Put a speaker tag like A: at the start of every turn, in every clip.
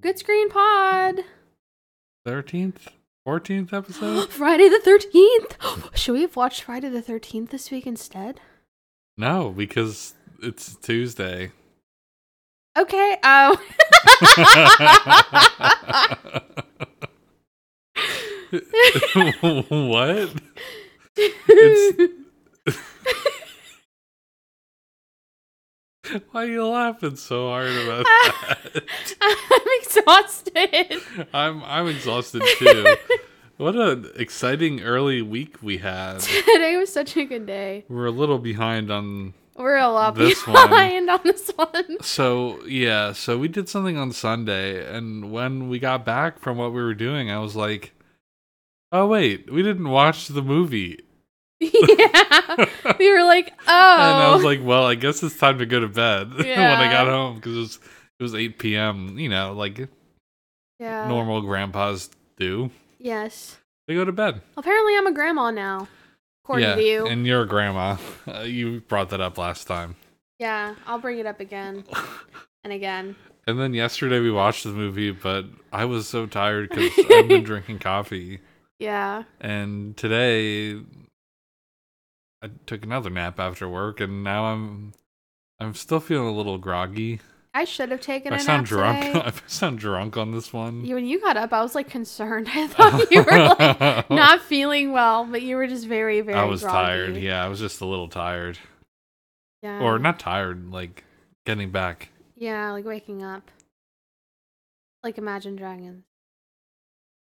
A: Good Screen Pod.
B: Thirteenth, fourteenth episode.
A: Friday the 13th. Should we have watched Friday the 13th this week instead?
B: No, because it's Tuesday.
A: Okay. Um,
B: what? It's- Why are you laughing so hard about that?
A: I'm exhausted.
B: I'm I'm exhausted too. What an exciting early week we had.
A: Today was such a good day.
B: We're a little behind on
A: We're a lot
B: This one.
A: behind on this one.
B: so yeah, so we did something on Sunday and when we got back from what we were doing, I was like, "Oh wait, we didn't watch the movie."
A: yeah.
B: and
A: We were like, oh.
B: I was like, "Well, I guess it's time to go to bed." when I
A: Yeah.
B: got home cuz it was it was 8 p.m., you know, like
A: yeah.
B: normal grandpas do.
A: Yes.
B: They go to bed.
A: Apparently, I'm a grandma now, according
B: yeah,
A: to you.
B: and your grandma. Uh, you brought that up last time.
A: yeah, I'll bring it up again and again.
B: And then yesterday we watched the movie, but I was so tired because I've been drinking coffee.
A: Yeah.
B: And today I took another nap after work, and now I'm I'm still feeling a little groggy.
A: I should have taken a
B: I
A: nap
B: sound drunk.
A: today.
B: I sound drunk on this one.
A: You- when you got up, I was like concerned. I thought you were like not feeling well, but you were just very, very.
B: I was
A: groggy.
B: tired. Yeah, I was just a little tired,
A: Yeah.
B: or not tired, like getting back.
A: Yeah, like waking up. Like Imagine Dragons.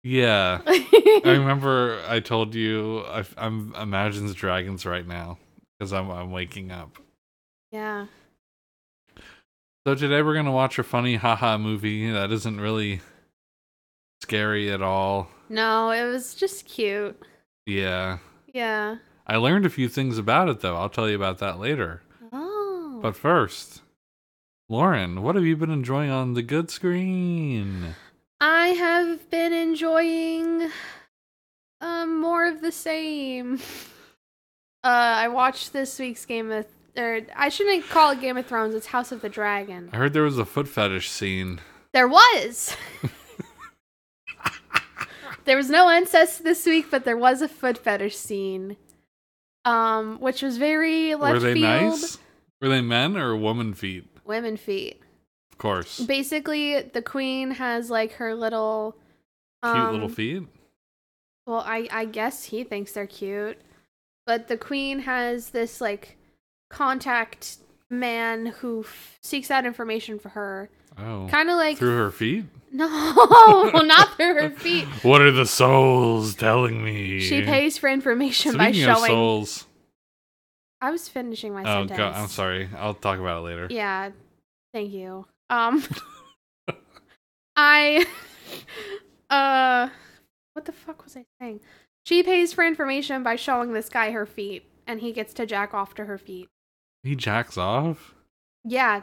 B: Yeah. I remember I told you I, I'm imagines dragons right now because I'm I'm waking up.
A: yeah.
B: So today we're gonna watch a funny haha movie that isn't really scary at all.
A: No, it was just cute.
B: Yeah,
A: Yeah.
B: I learned a few things about it though. I'll tell you about that later.
A: Oh.
B: But first, Lauren, what have you been enjoying on the good screen?
A: I have been enjoying um more of the same. Uh I watched this week's Game of or I shouldn't call it Game of Thrones, it's House of the Dragon.
B: I heard there was a foot fetish scene.
A: There was. there was no incest this week, but there was a foot fetish scene. Um which was very left
B: Were they
A: field
B: nice? Were they men or woman feet?
A: women feet.
B: Of course, cute
A: Basically, the queen has like her little
B: little
A: um,
B: feet.
A: Well, I I guess he thinks they're cute. But the queen has this like contact man who f- seeks out information for her.
B: Oh,
A: Kind of like
B: through her feet.
A: no, not through her feet.
B: What are the souls telling me?
A: She pays for information by
B: Speaking of
A: showing.
B: souls,
A: I was finishing my
B: oh
A: sentence.
B: god, I'm sorry. I'll talk about it later.
A: Yeah. Thank you. Um I uh what the fuck was I saying? She pays for information by showing this guy her feet and he gets to jack off to her feet.
B: He jacks off.
A: Yeah.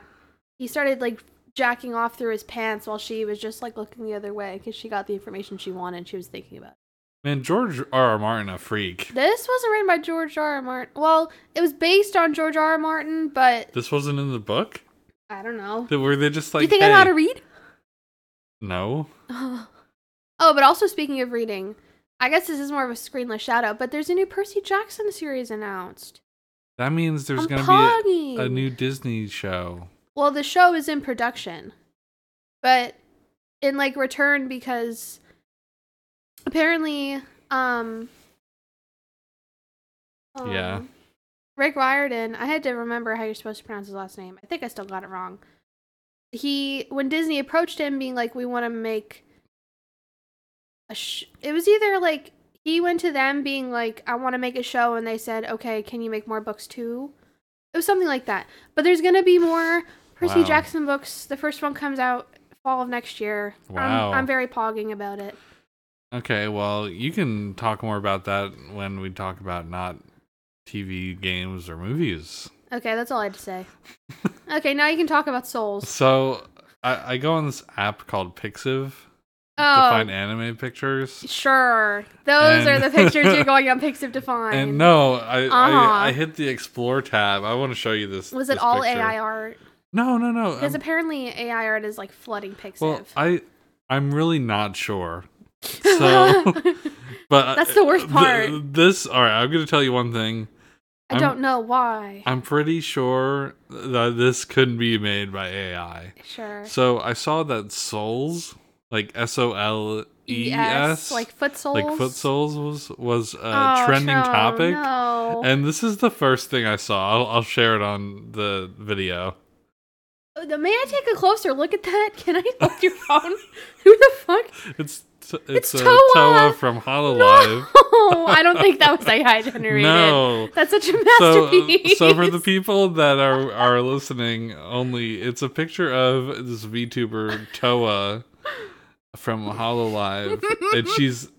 A: He started like jacking off through his pants while she was just like looking the other way because she got the information she wanted. She was thinking about it.
B: Man, George R. R. Martin, a freak.
A: This wasn't written by George R. R. Martin. Well, it was based on George R. R. Martin, but
B: This wasn't in the book.
A: I don't know.
B: Th- Were they just
A: Do
B: like?
A: you think I
B: hey,
A: know how to read?
B: No.
A: oh, but also speaking of reading, I guess this is more of a screenless shout out, but there's a new Percy Jackson series announced.
B: That means there's
A: I'm
B: gonna
A: pogging.
B: be a, a new Disney show.
A: Well, the show is in production, but in like return because apparently, um,
B: Yeah.
A: um, Rick Riordan. I had to remember how you're supposed to pronounce his last name. I think I still got it wrong. He when Disney approached him, being like, "We want to make a." Sh-. It was either like he went to them, being like, "I want to make a show," and they said, "Okay, can you make more books too?" It was something like that. But there's gonna be more Percy
B: Wow.
A: Jackson books. The first one comes out fall of next year. I'm-
B: Wow.
A: I'm, very pogging about it.
B: Okay, well, you can talk more about that when we talk about not TV games or movies.
A: Okay, that's all I had to say. okay, now you can talk about souls.
B: So I, I go on this app called Pixiv to
A: Oh,
B: find anime pictures.
A: sure. Those
B: And-
A: are the pictures you're going on Pixiv to find.
B: And no, I,
A: Uh-huh.
B: I I hit the explore tab. I want to show you this.
A: was it
B: this
A: all
B: picture.
A: AI art?
B: No, no, no.
A: Because
B: I'm-
A: apparently AI art is like flooding Pixiv.
B: well, I I'm really not sure. So, but uh,
A: That's the worst
B: th-
A: part.
B: this, all right, I'm gonna tell you one thing.
A: I
B: I'm-
A: don't know why.
B: I'm pretty sure that this could be made by AI.
A: sure.
B: So I saw that Souls, like S O L E S,
A: like foot soles.
B: like foot soles was was a
A: Oh,
B: trending
A: no,
B: topic.
A: No.
B: And this is the first thing I saw. I'll, I'll share it on the video.
A: Uh, May I take a closer look at that? Can I hold your phone? Who the fuck?
B: It's t- it's,
A: It's
B: uh,
A: Toa!
B: Toa from Hololive.
A: No, I don't think that was AI generated.
B: No.
A: That's such a
B: So, uh,
A: masterpiece.
B: so for the people that are are listening only, it's a picture of this VTuber Toa from Hololive, and she's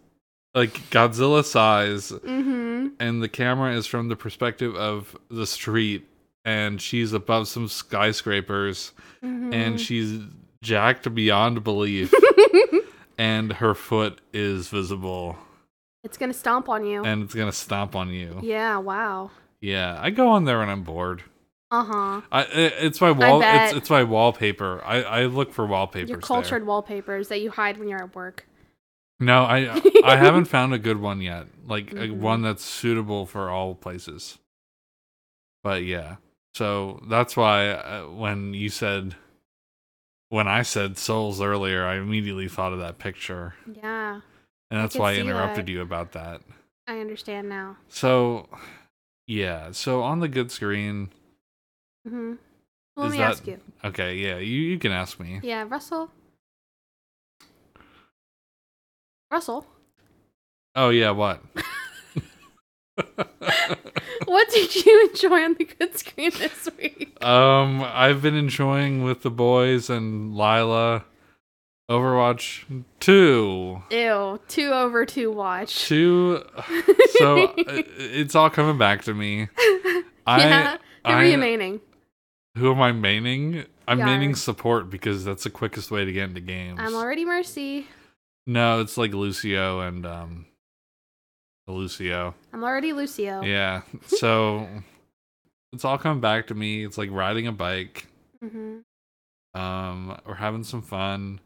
B: like Godzilla size,
A: hmm
B: and the camera is from the perspective of the street, and she's above some skyscrapers,
A: mm-hmm.
B: and she's jacked beyond belief, and her foot is visible,
A: it's gonna stomp on you.
B: and it's gonna stomp on you.
A: Oh. yeah. Wow.
B: Yeah, I go on there when I'm bored.
A: Uh huh.
B: I, i- it's my wall. It's,
A: bet.
B: it's my wallpaper. I, I look for wallpapers.
A: Your
B: there.
A: cultured wallpapers that you hide when you're at work.
B: No, I I haven't found a good one yet. Like a
A: Mhm.
B: one that's suitable for all places. But yeah, so that's why uh, when you said, when I said souls earlier, I immediately thought of that picture,
A: Yeah.
B: and that's
A: could
B: why I
A: see
B: interrupted
A: that.
B: you about that.
A: I understand now.
B: So, yeah. So on the good screen.
A: hmm Well,
B: Is
A: let me
B: that-
A: ask you.
B: Okay, yeah. You you can ask me.
A: Yeah, Russell. Russell,
B: Oh yeah, what?
A: what did you enjoy on the good screen this week?
B: Um, I've been enjoying with the boys and Lila Overwatch 2.
A: Ew, two over two watch.
B: 2 so uh, it's all coming back to me.
A: yeah, who are
B: I
A: you maining?
B: who am I maining? I'm
A: Yeah.
B: maining support because that's the quickest way to get into games.
A: I'm already Mercy.
B: no, it's like Lucio and um Lucio.
A: I'm already Lucio.
B: Yeah. So it's all coming back to me. It's like riding a bike.
A: hmm
B: um we're having some fun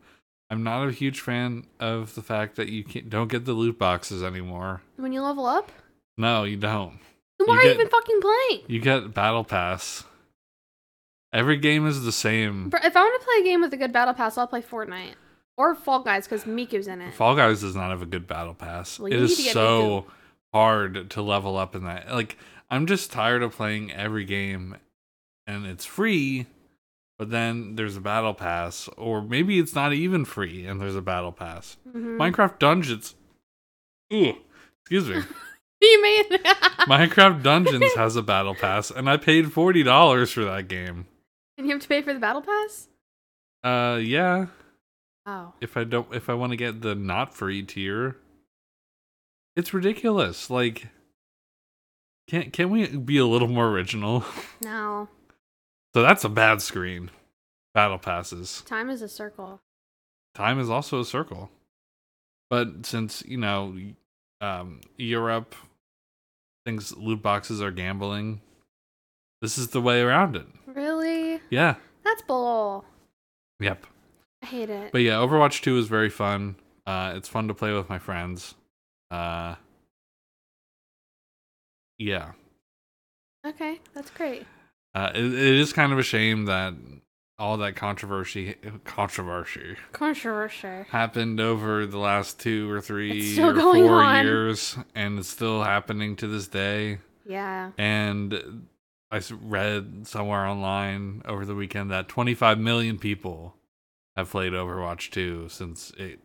B: i'm not a huge fan of the fact that you can't, don't get the loot boxes anymore
A: When you level up,
B: no you don't
A: then why
B: You
A: are you
B: get-
A: even fucking playing?
B: you get battle pass every game is the same
A: Bro, If I want to play a game with a good battle pass, I'll play Fortnite or Fall Guys because Miku's in it.
B: fall guys does not have a good battle pass
A: Well,
B: it
A: you need to
B: is
A: get
B: so hard to level up in that like i'm just tired of playing every game and it's free but then there's a battle pass or maybe it's not even free and there's a battle pass
A: Mhm.
B: Minecraft Dungeons. Ooh, excuse me.
A: you made
B: Minecraft Dungeons has a battle pass, and I paid forty dollars for that game.
A: and you have to pay for the battle pass.
B: Uh, yeah.
A: Oh,
B: If I don't, if I want to get the not free tier, it's ridiculous. Like, can can we be a little more original?
A: no.
B: So that's a bad screen. Battle passes.
A: Time is a circle.
B: Time is also a circle. But since you know, um, Europe thinks loot boxes are gambling, this is the way around it.
A: Really?
B: Yeah.
A: That's bull.
B: Yep.
A: I hate it.
B: But yeah, Overwatch 2 is very fun. Uh, it's fun to play with my friends. Uh, yeah.
A: okay, that's great.
B: Uh, it, it is kind of a shame that all that controversy controversy
A: Controversial.
B: happened over the last two or three
A: It's still
B: or
A: going
B: four
A: on.
B: years, and it's still happening to this day.
A: Yeah.
B: And I s- read somewhere online over the weekend that 25 million people have played Overwatch 2 since it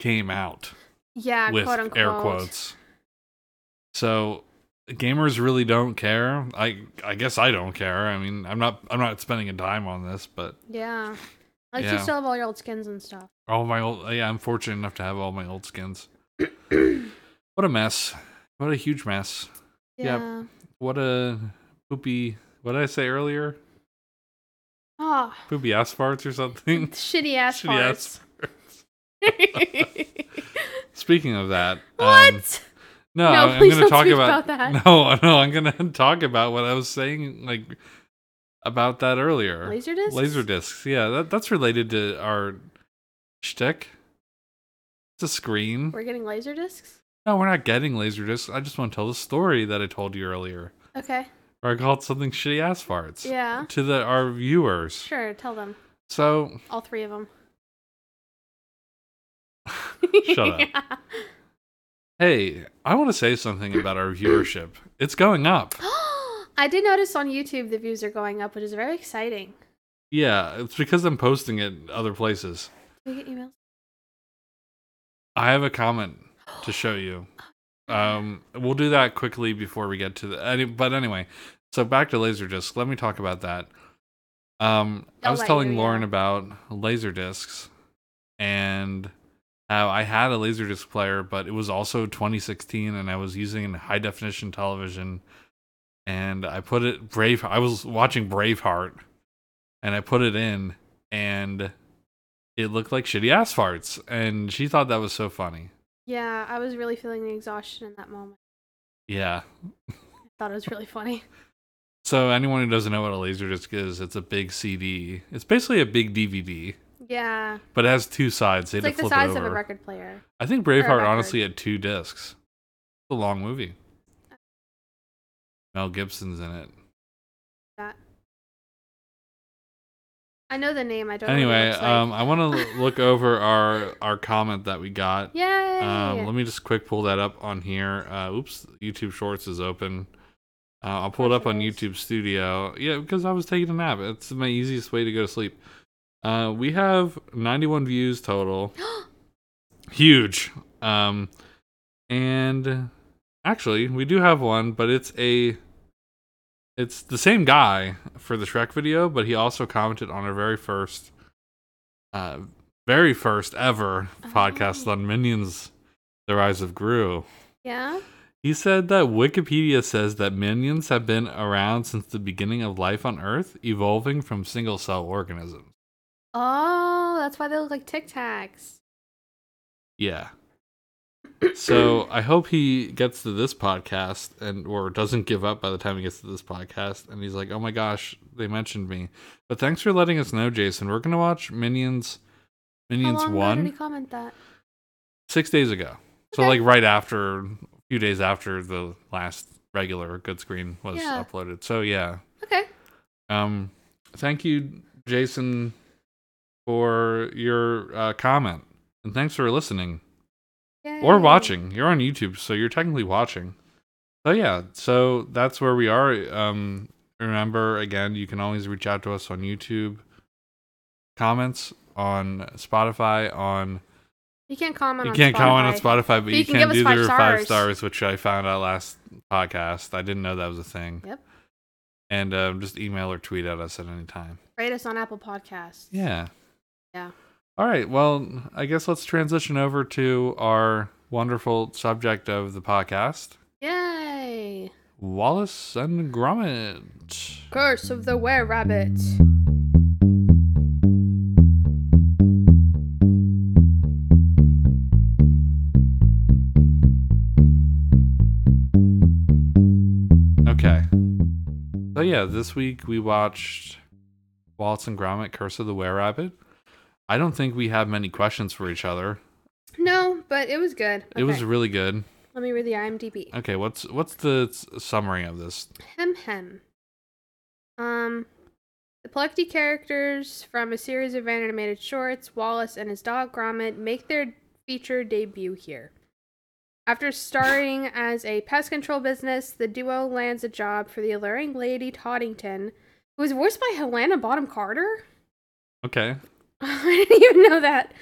B: came out
A: Yeah,
B: with
A: quote unquote.
B: air quotes. So gamers really don't care. I I guess I don't care. I mean, I'm not I'm not spending a dime on this, but
A: Yeah. Like
B: Yeah.
A: you still have all your old skins and stuff.
B: all my old yeah, I'm fortunate enough to have all my old skins. what a mess. What a huge mess. Yep.
A: Yeah.
B: What a poopy what did I say earlier?
A: Ah,
B: Poopy ass farts or something.
A: shitty ass
B: Shitty ass
A: farts.
B: Speaking of that,
A: what?
B: um, no,
A: No,
B: I- I'm
A: please
B: going to
A: don't
B: talk
A: speak
B: about,
A: about that.
B: no, no, I'm going to talk about what I was saying like about that earlier.
A: Laser discs?
B: Laser discs. Yeah, that, that's related to our shtick. It's a screen.
A: We're getting laser discs?
B: No, we're not getting laser discs. I just want to tell the story that I told you earlier.
A: Okay.
B: Or I called something shitty ass farts.
A: Yeah.
B: To the our viewers.
A: Sure, tell them.
B: So
A: All three of them.
B: Shut up. hey, I want to say something about our viewership. It's going up.
A: I did notice on YouTube the views are going up, which is very exciting.
B: Yeah, it's because I'm posting it other places.
A: Can we get emails?
B: I have a comment to show you. Um, we'll do that quickly before we get to the. Any, but anyway, so back to laserdisc. Let me talk about that. Um, I
A: Oh,
B: was
A: right,
B: telling
A: here we
B: Lauren
A: are.
B: about laserdiscs, and how I had a laserdisc player, but it was also 2016, and I was using high definition television, and I put it brave. I was watching Braveheart, and I put it in, and it looked like shitty ass farts, and she thought that was so funny.
A: Yeah, I was really feeling the exhaustion in that moment.
B: Yeah.
A: I thought it was really funny.
B: So anyone who doesn't know what a laserdisc is, it's a big CD. It's basically a big DVD,
A: Yeah.
B: but it has two sides. They
A: It's
B: had
A: like
B: to
A: the
B: flip
A: size
B: it
A: of
B: over.
A: a record player.
B: I think
A: record.
B: Braveheart honestly had two discs. It's a long movie. Mel Gibson's in it.
A: That. I know the name. I don't. know what it
B: anyway,
A: looks like.
B: um, I want to look over our our comment that we got.
A: Yay!
B: Um, let me just quick pull that up on here. Uh, oops, YouTube Shorts is open. Uh, I'll pull it up on
A: Nice.
B: YouTube Studio. Yeah, because I was taking a nap. It's my easiest way to go to sleep. Uh, we have 91 views total. Huge. Um, and actually, we do have one, but it's a it's the same guy for the Shrek video, but he also commented on our very first, uh, very first ever podcast
A: Oh.
B: on Minions: The Rise of Gru.
A: yeah.
B: He said that Wikipedia says that minions have been around since the beginning of life on Earth, evolving from single cell organisms.
A: Oh, that's why they look like Tic Tacs.
B: Yeah. So I hope he gets to this podcast and or doesn't give up by the time he gets to this podcast and he's like, "Oh my gosh, they mentioned me." But thanks for letting us know, Jason. We're going to watch Minions
A: How
B: Minions
A: long ago did he
B: 1
A: comment that?
B: 6 days ago. So
A: Okay.
B: like right after a few days after the last regular good screen was
A: Yeah.
B: uploaded. So yeah,
A: Okay.
B: Um, thank you, Jason, for your uh, comment, and thanks for listening or
A: Yay.
B: watching. You're on YouTube, so you're technically watching. So yeah, so that's where we are. Um, remember again, you can always reach out to us on YouTube, comments on Spotify. On
A: You can't comment.
B: you
A: on
B: can't
A: Spotify.
B: comment on Spotify, but, you,
A: can
B: can,
A: give us
B: do
A: five
B: the
A: stars.
B: five stars, which I found out last podcast. I didn't know that was a thing.
A: Yep.
B: And um, just email or tweet at us at any time.
A: Rate us on Apple Podcasts.
B: Yeah.
A: Yeah.
B: All right. Well, I guess let's transition over to our wonderful subject of the podcast
A: Yay!
B: Wallace and Gromit.
A: Curse of the Were Rabbit.
B: Okay. So, yeah, this week we watched Wallace and Gromit Curse of the Were Rabbit. I don't think we have many questions for each other.
A: No, but it was good.
B: It was
A: Okay,
B: really good.
A: Let me read the IMDb.
B: Okay, what's what's the s- summary of this?
A: Hem hem. Um, the plucky characters from a series of animated shorts, Wallace and his dog Gromit, make their feature debut here. After starting as a pest control business, the duo lands a job for the alluring Lady Toddington, who is voiced by Helena Bottom Carter.
B: Okay.
A: I didn't even know that.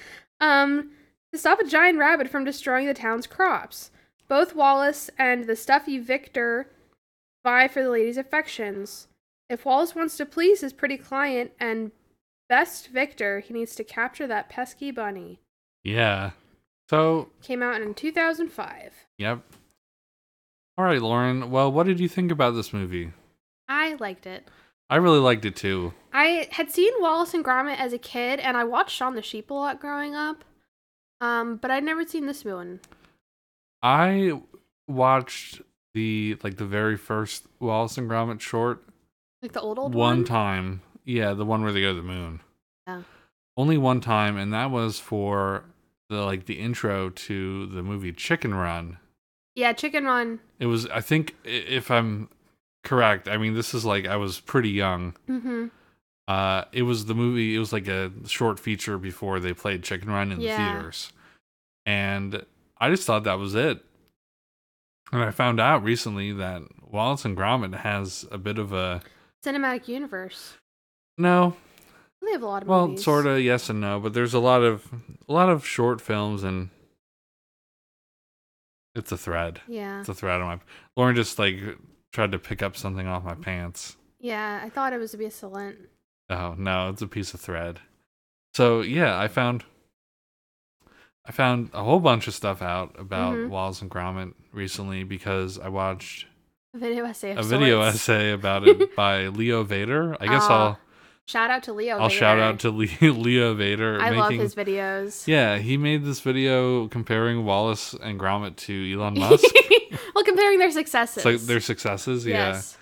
A: Um, to stop a giant rabbit from destroying the town's crops. Both Wallace and the stuffy Victor vie for the lady's affections. If Wallace wants to please his pretty client and best Victor, he needs to capture that pesky bunny.
B: Yeah. So,
A: Came out in 2005.
B: yep. All right, Lauren. Well, what did you think about this movie?
A: I liked it.
B: I really liked it too.
A: I had seen Wallace and Gromit as a kid, and I watched Shaun the Sheep a lot growing up. Um, but I'd never seen this one.
B: I watched the like the very first Wallace and Gromit short
A: Like the old old
B: one
A: one.
B: time. Yeah, the one where they go to the moon.
A: Yeah.
B: only one time, and that was for the like the intro to the movie Chicken Run.
A: Yeah, Chicken Run.
B: It was, I think, i- if I'm correct, I mean, this is like I was pretty young.
A: hmm
B: Uh, it was the movie. It was like a short feature before they played Chicken Run in
A: Yeah.
B: the theaters, and I just thought that was it. And I found out recently that Wallace and Gromit has a bit of a
A: Cinematic universe.
B: no,
A: They have a lot of
B: well,
A: movies.
B: sort of yes and no, but there's a lot of a lot of short films and it's a thread.
A: Yeah.
B: It's a thread on my. Lauren just like tried to pick up something off my pants.
A: Yeah, I thought it was to be a silent.
B: Oh no, it's a piece of thread. So yeah, I found I found a whole bunch of stuff out about
A: Mhm.
B: Walls and Gromit recently because I watched
A: Video essay. Of
B: a video
A: sorts.
B: essay about it by Leo Vader. I guess
A: Ah,
B: I'll
A: Shout out to Leo.
B: I'll shout
A: Vader.
B: out to Le- Leo Vader.
A: I love his videos.
B: Yeah, he made this video comparing Wallace and Gromit to Elon Musk.
A: well, comparing their successes.
B: it's like their successes, yeah.
A: Yes.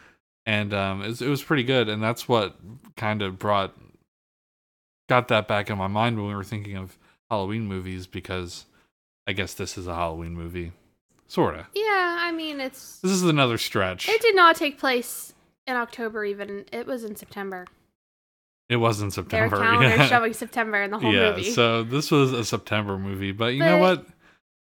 B: and um, it was, it was pretty good, and that's what kind of brought got that back in my mind when we were thinking of Halloween movies because I guess this is a Halloween movie, sorta.
A: Yeah, I mean it's
B: This is another stretch.
A: it did not take place in October even. It was in September.
B: It was in
A: Their
B: September.
A: calendar
B: yeah,
A: showing September in the whole
B: Yeah,
A: movie.
B: so this was a September movie, but you know
A: But-
B: what?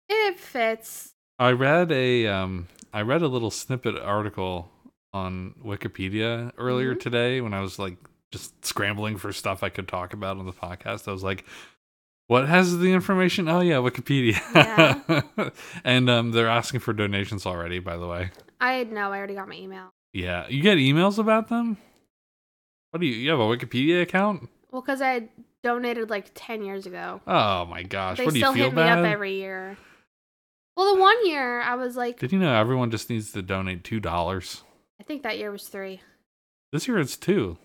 A: it fits.
B: I read a um I read a little snippet article on Wikipedia earlier
A: Mhm.
B: today when I was like just scrambling for stuff I could talk about on the podcast. I was like, what has the information? Oh yeah, Wikipedia. and um they're asking for donations already, by the way.
A: I know. I already got my email.
B: Yeah. You get emails about them? What do you you have a Wikipedia account?
A: Well, because I had donated like ten years ago.
B: Oh my gosh.
A: they
B: what do
A: still
B: you feel
A: hit
B: bad?
A: me up every year. Well, the one year I was like,
B: Did you know everyone just needs to donate two dollars?
A: I think that year was three.
B: This year it's two.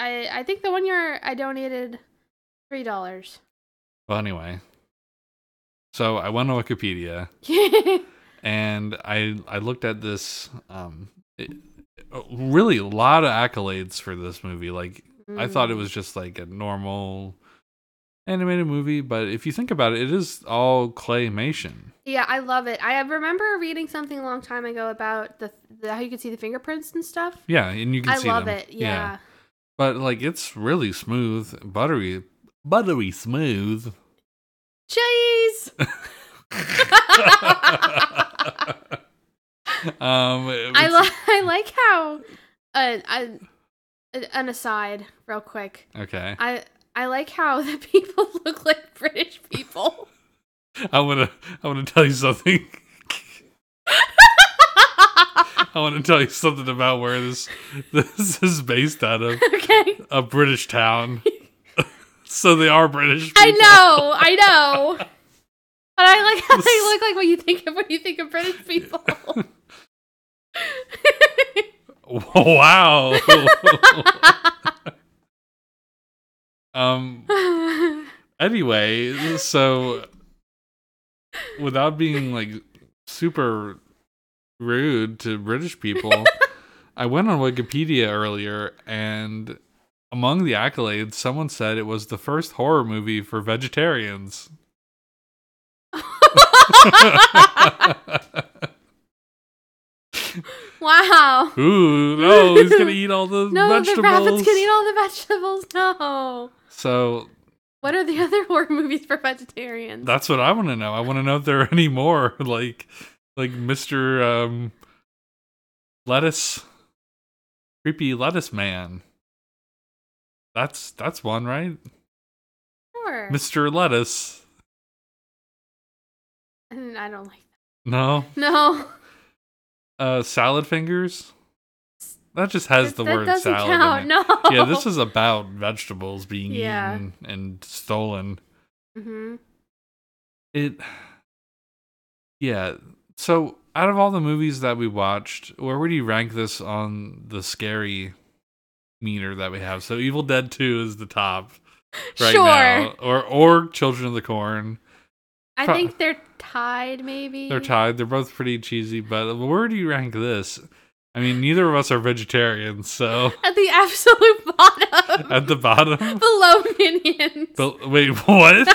A: I I think the one year I donated three dollars.
B: Well anyway. So I went on Wikipedia. and I I looked at this um it, really a lot of accolades for this movie. Like I thought it
A: Mm.
B: was just like a normal animated movie, but if you think about it, it is all claymation.
A: Mm. Yeah, I love it. I remember reading something a long time ago about the, the how you could see the fingerprints and stuff.
B: Yeah, and you can
A: I
B: see
A: love
B: them.
A: it. Yeah.
B: But like it's really smooth, buttery, buttery smooth.
A: Cheese.
B: um
A: I
B: it's-
A: li- I like how uh, I, an aside real quick.
B: Okay.
A: I I like how the people look like British people.
B: I want to I want to tell you something. I want to tell you something about where this this is based out of
A: okay.
B: a British town. so they are British.
A: I
B: people.
A: know, I know. But I like how they look like what you think of when you think of British people.
B: Wow. um. Anyway, so without being like super rude to British people, I went on Wikipedia earlier and. Among the accolades, someone said it was the first horror movie for vegetarians.
A: wow.
B: Ooh, no, he's gonna eat all the
A: No, the
B: vegetables.
A: rabbits can eat all the vegetables. No.
B: so
A: What are the other horror movies for vegetarians?
B: that's what I want to know. I want to know if there are any more like, like Mister um, Lettuce, creepy lettuce man. That's that's one right,
A: Sure.
B: Mister Lettuce.
A: Mm, I don't like
B: No,
A: that. No.
B: uh, salad fingers. That just has
A: That-
B: the
A: that
B: word
A: doesn't
B: salad. in
A: count.
B: it.
A: No.
B: Yeah, this is about vegetables being
A: Yeah.
B: eaten and stolen.
A: hmm
B: it yeah so out of all the movies that we watched where would you rank this on the scary meter that we have so evil dead 2 is the top right
A: sure.
B: now or or children of the corn
A: I
B: Pro-
A: think they're tied, maybe.
B: they're tied they're both pretty cheesy but where do you rank this I mean, neither of us are vegetarians, so
A: At the absolute bottom.
B: at the bottom.
A: below minions.
B: But wait, what?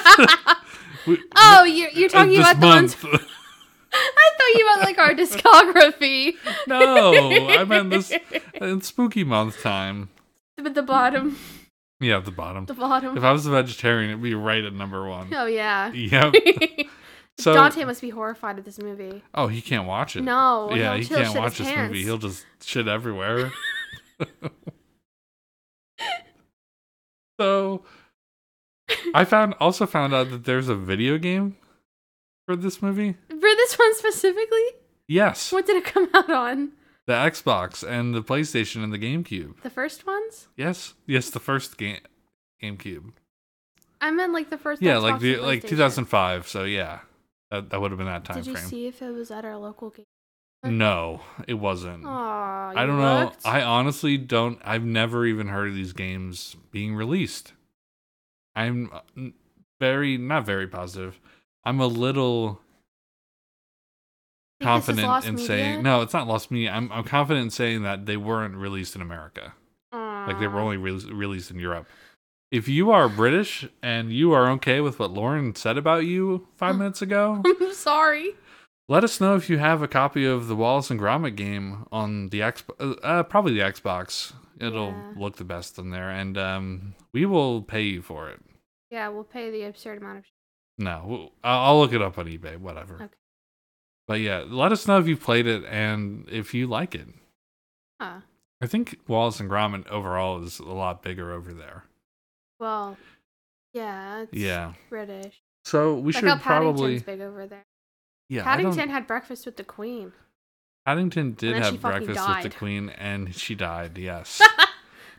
B: We-
A: oh, you're, you're talking
B: this
A: about the ones.
B: month.
A: I thought you meant like our discography.
B: no, Oh, I meant this in spooky month time.
A: But the bottom.
B: Yeah, at the bottom.
A: The bottom.
B: If I was a vegetarian, it'd be right at number one.
A: Oh, yeah.
B: Yep. So,
A: Dante must be horrified at this movie.
B: oh, he can't watch it.
A: No.
B: yeah,
A: he'll-
B: he
A: he'll
B: can't
A: shit
B: watch
A: his
B: this
A: pants.
B: movie. He'll just shit everywhere. so, I found also found out that there's a video game for this movie.
A: For this one specifically,
B: Yes,
A: what did it come out on?
B: the Xbox and the PlayStation and the GameCube.
A: The first ones?
B: Yes, yes, the first game, GameCube.
A: I meant like the first.
B: yeah,
A: Xbox
B: like the,
A: and
B: like
A: PlayStation.
B: 2005. So yeah, that that would have been that time
A: Did you
B: frame.
A: see if it was at our local game?
B: No, it wasn't.
A: Aw,
B: Mm. I
A: you
B: don't
A: looked?
B: know. I honestly don't. I've never even heard of these games being released. I'm uh, n- very, not very positive. I'm a little
A: Think this is
B: confident
A: lost
B: in
A: media?
B: saying no. It's not lost me. I'm I'm confident in saying that they weren't released in America. Like they were
A: Aw.
B: only re- released in Europe. If you are British and you are okay with what Lauren said about you five minutes ago,
A: Hmm. I'm sorry.
B: let us know if you have a copy of the Wallace and Gromit game on the X, uh, uh, probably the Xbox. It'll
A: Yeah.
B: look the best on there, and um, we will pay you for it.
A: Yeah, we'll pay the absurd amount of.
B: No, we'll- I'll I'll look it up on eBay, whatever.
A: Okay.
B: But yeah, let us know if you played it and if you like it.
A: Huh.
B: I think Wallace and Gromit overall is a lot bigger over there.
A: Well, yeah. It's
B: Yeah.
A: British.
B: So we
A: like
B: should
A: how Paddington's
B: probably
A: big over there.
B: yeah. I don't-
A: Paddington had breakfast with the Queen.
B: Paddington did
A: then she
B: have
A: fucking
B: breakfast with
A: died.
B: the Queen, and she died. Yes.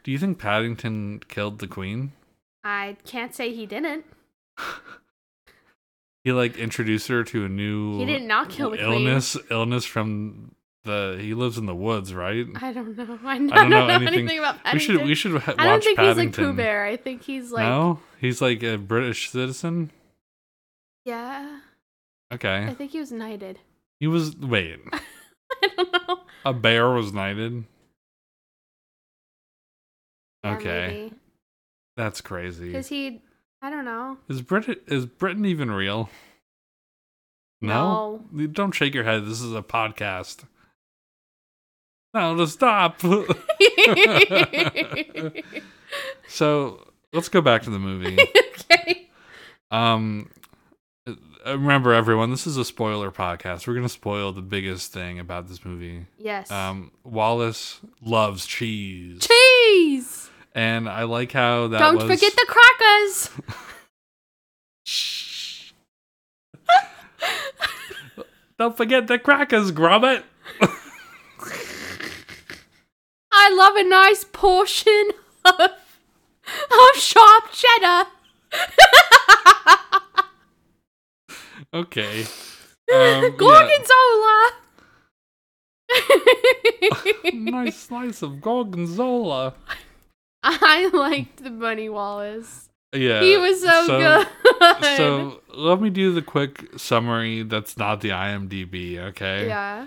B: Do you think Paddington killed the Queen?
A: I can't say he didn't.
B: He like introduced her to a new
A: He did not kill the
B: illness illness from the he lives in the woods, right?
A: Queen. I don't know. I, don't,
B: know
A: know,
B: anything.
A: anything, about
B: We
A: Paddington.
B: should we should ha- watch
A: I don't think
B: Paddington.
A: he's like Pooh Bear. I think he's like
B: no, he's like a British citizen.
A: yeah.
B: Okay,
A: I think he was knighted.
B: he was wait
A: I don't know.
B: a bear was knighted.
A: Yeah,
B: okay,
A: maybe.
B: that's crazy.
A: Because he, I don't know.
B: Is Brit is Britain even real? No? You Don't shake your head. This is a podcast. Now to stop.
A: okay.
B: so let's go back to the movie. Um, uh, remember everyone, this is a spoiler podcast. We're gonna spoil the biggest thing about this movie.
A: Yes.
B: Um, Wallace loves cheese,
A: Cheese.
B: and I like how that.
A: Don't
B: was-
A: forget the crackers.
B: Don't forget the crackers, Gromit.
A: I love a nice portion of of sharp cheddar.
B: Okay. Um, yeah.
A: Gorgonzola.
B: nice slice of gorgonzola.
A: I liked the bunny Wallace.
B: Yeah.
A: he was so, good.
B: So let me do the quick summary. That's not the IMDb. Okay.
A: yeah.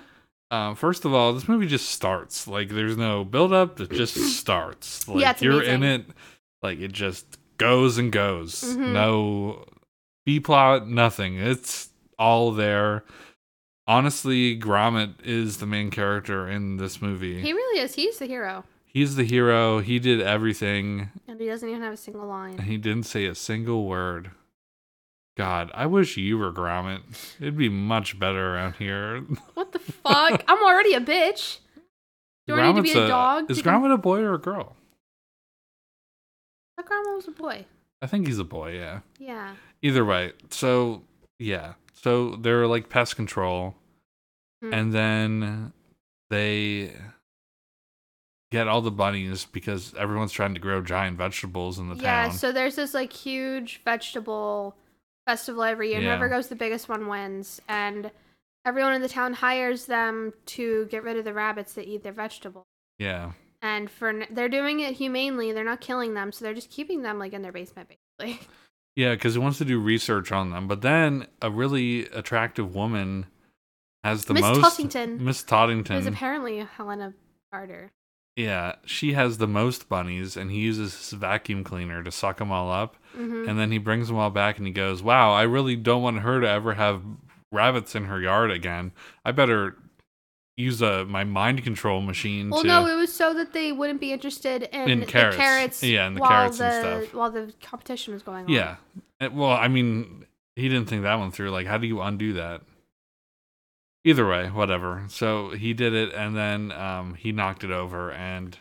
B: Um, first of all, this movie just starts. Like, there's no build up. It just starts. Like,
A: Yeah, it's
B: you're in it. Like, it just goes and goes.
A: Mhm.
B: No B plot, nothing. It's all there. Honestly, Gromit is the main character in this movie.
A: He really is. He's the hero.
B: He's the hero. He did everything.
A: And he doesn't even have a single line.
B: And he didn't say a single word. God, I wish you were Gromit. It'd be much better around here.
A: What the fuck? I'm already a bitch. Do I need to be a dog
B: Is
A: to con-
B: Gromit a boy or a girl?
A: My grandma was a boy.
B: I think he's a boy, yeah.
A: Yeah.
B: Either way. So, yeah. So they're like pest control.
A: Hmm.
B: And then they get all the bunnies because everyone's trying to grow giant vegetables in the
A: Yeah.
B: town.
A: So there's this like huge vegetable festival every year.
B: Yeah.
A: Whoever goes the biggest one wins. And everyone in the town hires them to get rid of the rabbits that eat their vegetables.
B: yeah.
A: And for n- they're doing it humanely. They're not killing them, so they're just keeping them like in their basement, basically.
B: Yeah, because he wants to do research on them. But then a really attractive woman has the
A: Miss
B: most.
A: Tossington
B: Miss
A: was
B: Toddington.
A: apparently Helena Carter.
B: yeah, she has the most bunnies, and he uses his vacuum cleaner to suck them all up.
A: hmm
B: And then he brings them all back, and he goes, "Wow, I really don't want her to ever have rabbits in her yard again. I better use a my mind control machine
A: Well,
B: to."
A: no, it was so that they wouldn't be interested in,
B: In
A: the
B: carrots.
A: carrots
B: Yeah, and the
A: while
B: carrots
A: the
B: and stuff.
A: while the competition was going on.
B: yeah. Eh, Well, I mean, he didn't think that one through. Like, how do you undo that? Either way, whatever. So he did it, and then um, he knocked it over and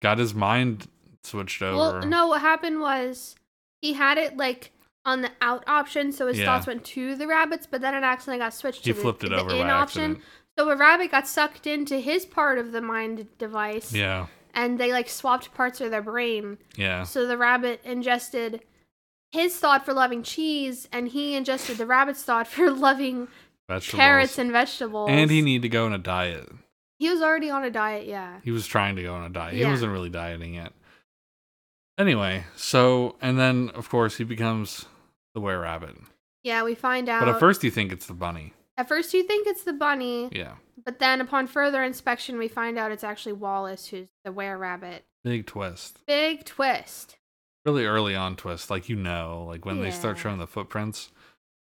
B: got his mind switched over.
A: Well, no, what happened was he had it like on the out option, so his
B: Yeah.
A: thoughts went to the rabbits, but then it accidentally got switched
B: he
A: to
B: flipped
A: the,
B: it
A: the
B: over
A: in
B: by
A: option.
B: accident.
A: So a rabbit got sucked into his part of the mind device,
B: Yeah,
A: and they like swapped parts of their brain.
B: yeah,
A: So the rabbit ingested his thought for loving cheese, and he ingested the rabbit's thought for loving
B: vegetables.
A: carrots and vegetables.
B: and he needed to go on a diet.
A: he was already on a diet, yeah.
B: He was trying to go on a diet. He
A: Yeah.
B: wasn't really dieting yet. Anyway, so and then of course he becomes the were rabbit.
A: Yeah, we find out.
B: But at first you think it's the bunny.
A: at first you think it's the bunny,
B: Yeah.
A: But then upon further inspection, we find out it's actually Wallace who's the were rabbit.
B: Big twist.
A: Big twist.
B: really early on twist like you know like when they start
A: Yeah.
B: showing the footprints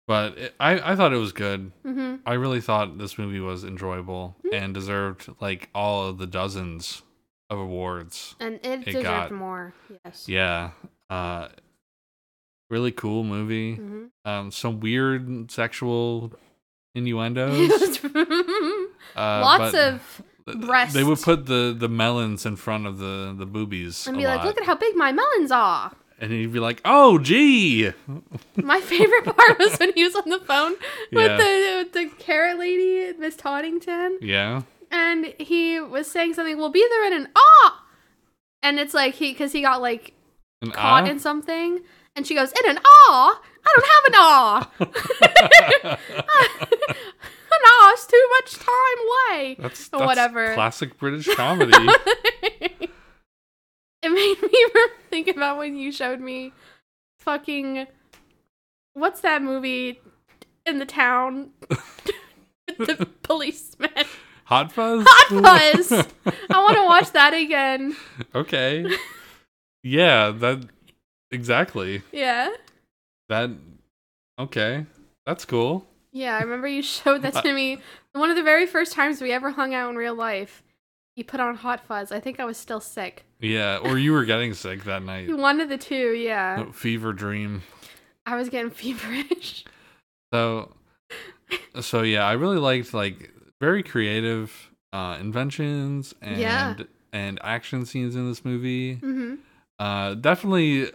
B: but it, i i thought it was good
A: hmm
B: i really thought this movie was enjoyable
A: Mhm.
B: and deserved like all of the dozens of awards
A: And it, deserved
B: got-
A: more. Yes.
B: yeah uh really cool movie
A: hmm
B: um some weird sexual innuendos uh,
A: Lots
B: but
A: of
B: th- they would
A: breast.
B: put the the melons in front of the the boobies
A: and
B: a
A: be like,
B: lot.
A: look at how big my melons are.
B: and he'd be like oh gee
A: My favorite part was when he was on the phone
B: Yeah.
A: with the with the carrot lady, Miss Toddington,
B: yeah
A: and he was saying something. We'll be there in an ah, and it's like he because he got like
B: and
A: caught
B: I-
A: in something, and she goes, "In an aw, I don't have an aw. an aw's too much time away."
B: That's,
A: Or
B: that's
A: whatever.
B: Classic British comedy.
A: it made me re- think about when you showed me fucking what's that movie in the town with the policeman.
B: Hot fuzz.
A: Hot Fuzz. I want to watch that again.
B: okay. Yeah, that exactly.
A: Yeah.
B: That okay. That's cool.
A: Yeah, I remember you showed that to me. One of the very first times we ever hung out in real life. You put on Hot Fuzz. I think I was still sick.
B: Yeah, or you were getting sick that night.
A: One of the two, yeah.
B: No, fever dream.
A: I was getting feverish.
B: So so yeah, I really liked like very creative uh inventions and
A: Yeah.
B: and action scenes in this movie.
A: hmm
B: Uh definitely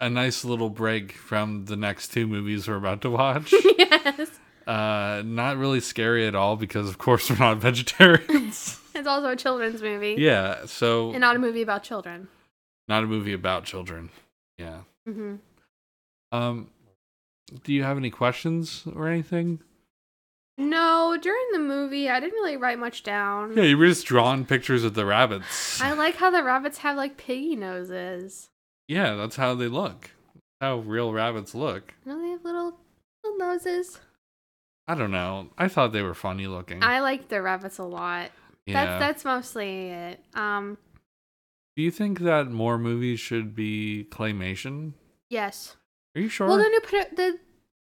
B: a nice little break from the next two movies we're about to watch.
A: yes.
B: Uh, not really scary at all because, of course, we're not vegetarians.
A: It's also a children's movie.
B: yeah, so
A: And not a movie about children.
B: not a movie about children. Yeah.
A: hmm
B: Um, do you have any questions or anything?
A: No, during the movie, I didn't really write much down.
B: Yeah, you were just drawing pictures of the rabbits.
A: I like how the rabbits have like piggy noses.
B: yeah, that's how they look. How real rabbits look.
A: No, they have little little noses.
B: I don't know. I thought they were funny looking.
A: I like the rabbits a lot.
B: Mm. yeah.
A: That's that's mostly it. Um,
B: do you think that more movies should be claymation?
A: yes.
B: Are you sure?
A: Well, the new Pin- the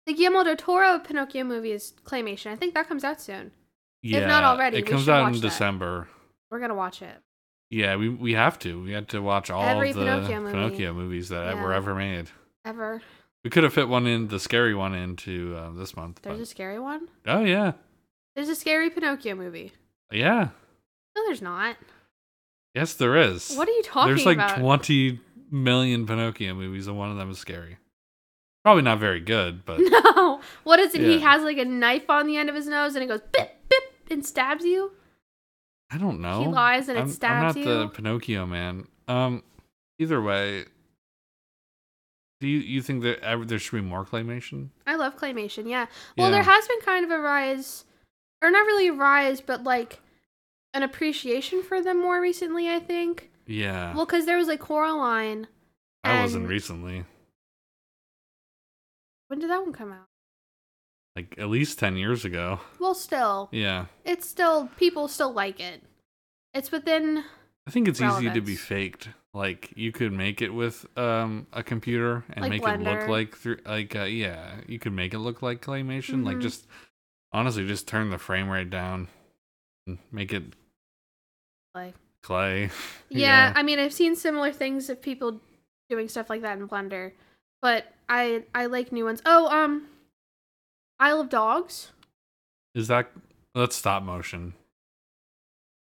A: the Guillermo del Toro Pinocchio movie is claymation. I think that comes out soon.
B: yeah,
A: not already,
B: it
A: we
B: comes
A: should
B: out
A: watch
B: in
A: that.
B: December.
A: We're gonna watch it.
B: Yeah, we we have to. We had to watch all
A: Every
B: of the Pinocchio,
A: Pinocchio movie.
B: movies that
A: Yeah.
B: were ever made.
A: Ever
B: We could have fit one in, the scary one into uh, this month.
A: there's a scary one.
B: but- Oh yeah,
A: There's a scary Pinocchio movie.
B: yeah.
A: No, there's not.
B: Yes, there is.
A: What are you talking
B: There's like
A: about?
B: twenty million Pinocchio movies, and one of them is scary. Probably not very good, but
A: no. What is it? He
B: Yeah.
A: has like a knife on the end of his nose, and it goes bip bip and stabs you.
B: I don't know.
A: He lies and it
B: I'm, I'm
A: stabs
B: not
A: you.
B: the Pinocchio man. Um, either way, do you you think that ever, there should be more claymation?
A: I love claymation. Yeah. Well,
B: Yeah.
A: there has been kind of a rise, or not really a rise, but like an appreciation for them more recently. I think.
B: Yeah,
A: Well, because there was like Coraline.
B: I wasn't
A: and-
B: recently.
A: When did that one come out?
B: like at least 10 years ago.
A: Well, still,
B: Yeah.
A: it's still people still like it. It's within
B: I think it's easy to be
A: Relevance.
B: faked. Like you could make it with um, a computer and
A: Like
B: make it
A: Blender.
B: look like through like uh, yeah, you could make it look like claymation. Like
A: Mhm.
B: just honestly, just turn the frame rate down, and make it
A: like
B: clay.
A: yeah, I mean, I've seen similar things of people doing stuff like that in Blender, but I I like new ones. Oh, um, Isle of Dogs,
B: Is that that's stop motion?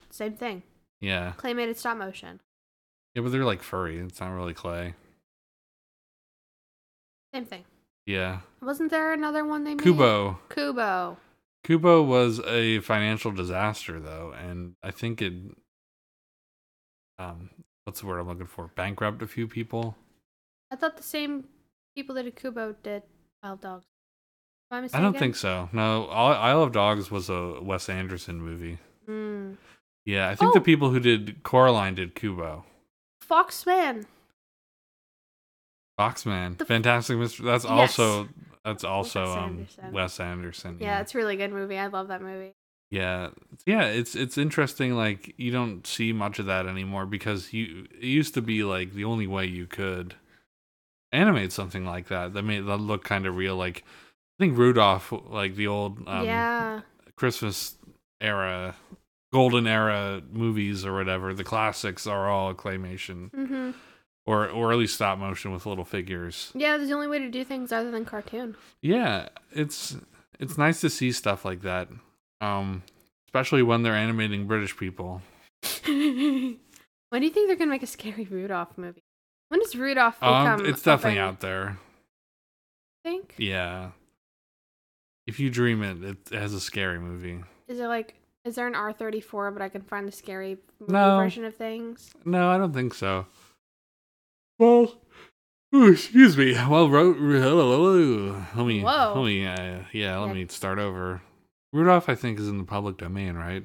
A: same thing,
B: Yeah,
A: claymated stop motion,
B: yeah, but they're like furry. It's not really clay.
A: same thing.
B: Yeah,
A: Wasn't there another one they made?
B: Kubo.
A: Kubo.
B: Kubo was a financial disaster though, and I think it um what's the word I'm looking for? Bankrupt a few people.
A: I thought the same people that did Kubo did Isle of Dogs. Am
B: I don't think so. No, I I Love Dogs was a Wes Anderson movie.
A: so. Mm.
B: Yeah, I think the
A: Oh.
B: people who did Coraline did Kubo.
A: Foxman.
B: Boxman,
A: The f-
B: Fantastic Mr. That's
A: Yes.
B: also that's also
A: Wes
B: um
A: Anderson.
B: Wes Anderson.
A: Yeah, it's a really good movie. I love that movie.
B: Yeah. Yeah, it's it's interesting like you don't see much of that anymore because you it used to be like the only way you could animate something like that that made that look kind of real like I think Rudolph like the old um
A: yeah.
B: Christmas era golden era movies or whatever the classics are all claymation
A: hmm
B: or or at least stop motion with little figures.
A: Yeah, there's the only way to do things other than cartoon.
B: Yeah, it's it's nice to see stuff like that. Um especially when they're animating British people.
A: when do you think they're gonna make a scary Rudolph movie? When does Rudolph become?
B: Um, it's definitely
A: a thing,
B: out there.
A: I think.
B: Yeah. If you dream it, it has a scary movie.
A: Is it like? Is there an R thirty four? But I can find the scary movie
B: No.
A: version of things.
B: No, I don't think so. Well, ooh, excuse me. Well, ro- ro- let me,
A: Whoa.
B: let me, uh, yeah, let
A: Yeah.
B: me start over. Rudolph, I think, is in the public domain, right?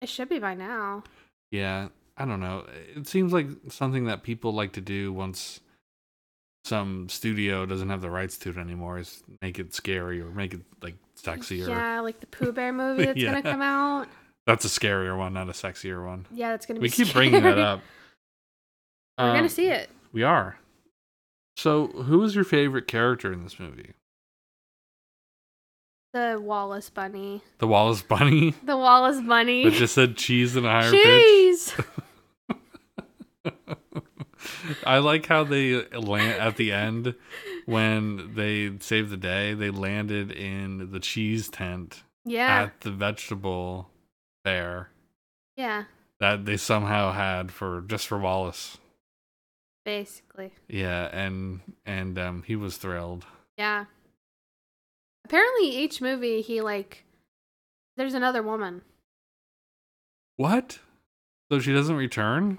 A: It should be by now.
B: Yeah, I don't know. It seems like something that people like to do once some studio doesn't have the rights to it anymore is make it scary or make it like sexier.
A: Yeah, like the Pooh Bear movie that's
B: Yeah.
A: gonna come out.
B: That's a scarier one, not a sexier one.
A: Yeah, that's gonna be.
B: We keep bringing that
A: scary.
B: up.
A: We're
B: Um,
A: gonna see it.
B: We are. So, who is your favorite character in this movie?
A: The Wallace Bunny.
B: The Wallace Bunny
A: The Wallace Bunny.
B: that just said cheese in a higher
A: Cheese.
B: pitch. I like how they land at the end when they saved the day. They landed in the cheese tent
A: Yeah.
B: at the vegetable fair
A: yeah.
B: that they somehow had for just for Wallace.
A: Basically.
B: Yeah, and and um, he was thrilled.
A: Yeah. Apparently, each movie he like. There's another woman.
B: What? So she doesn't return?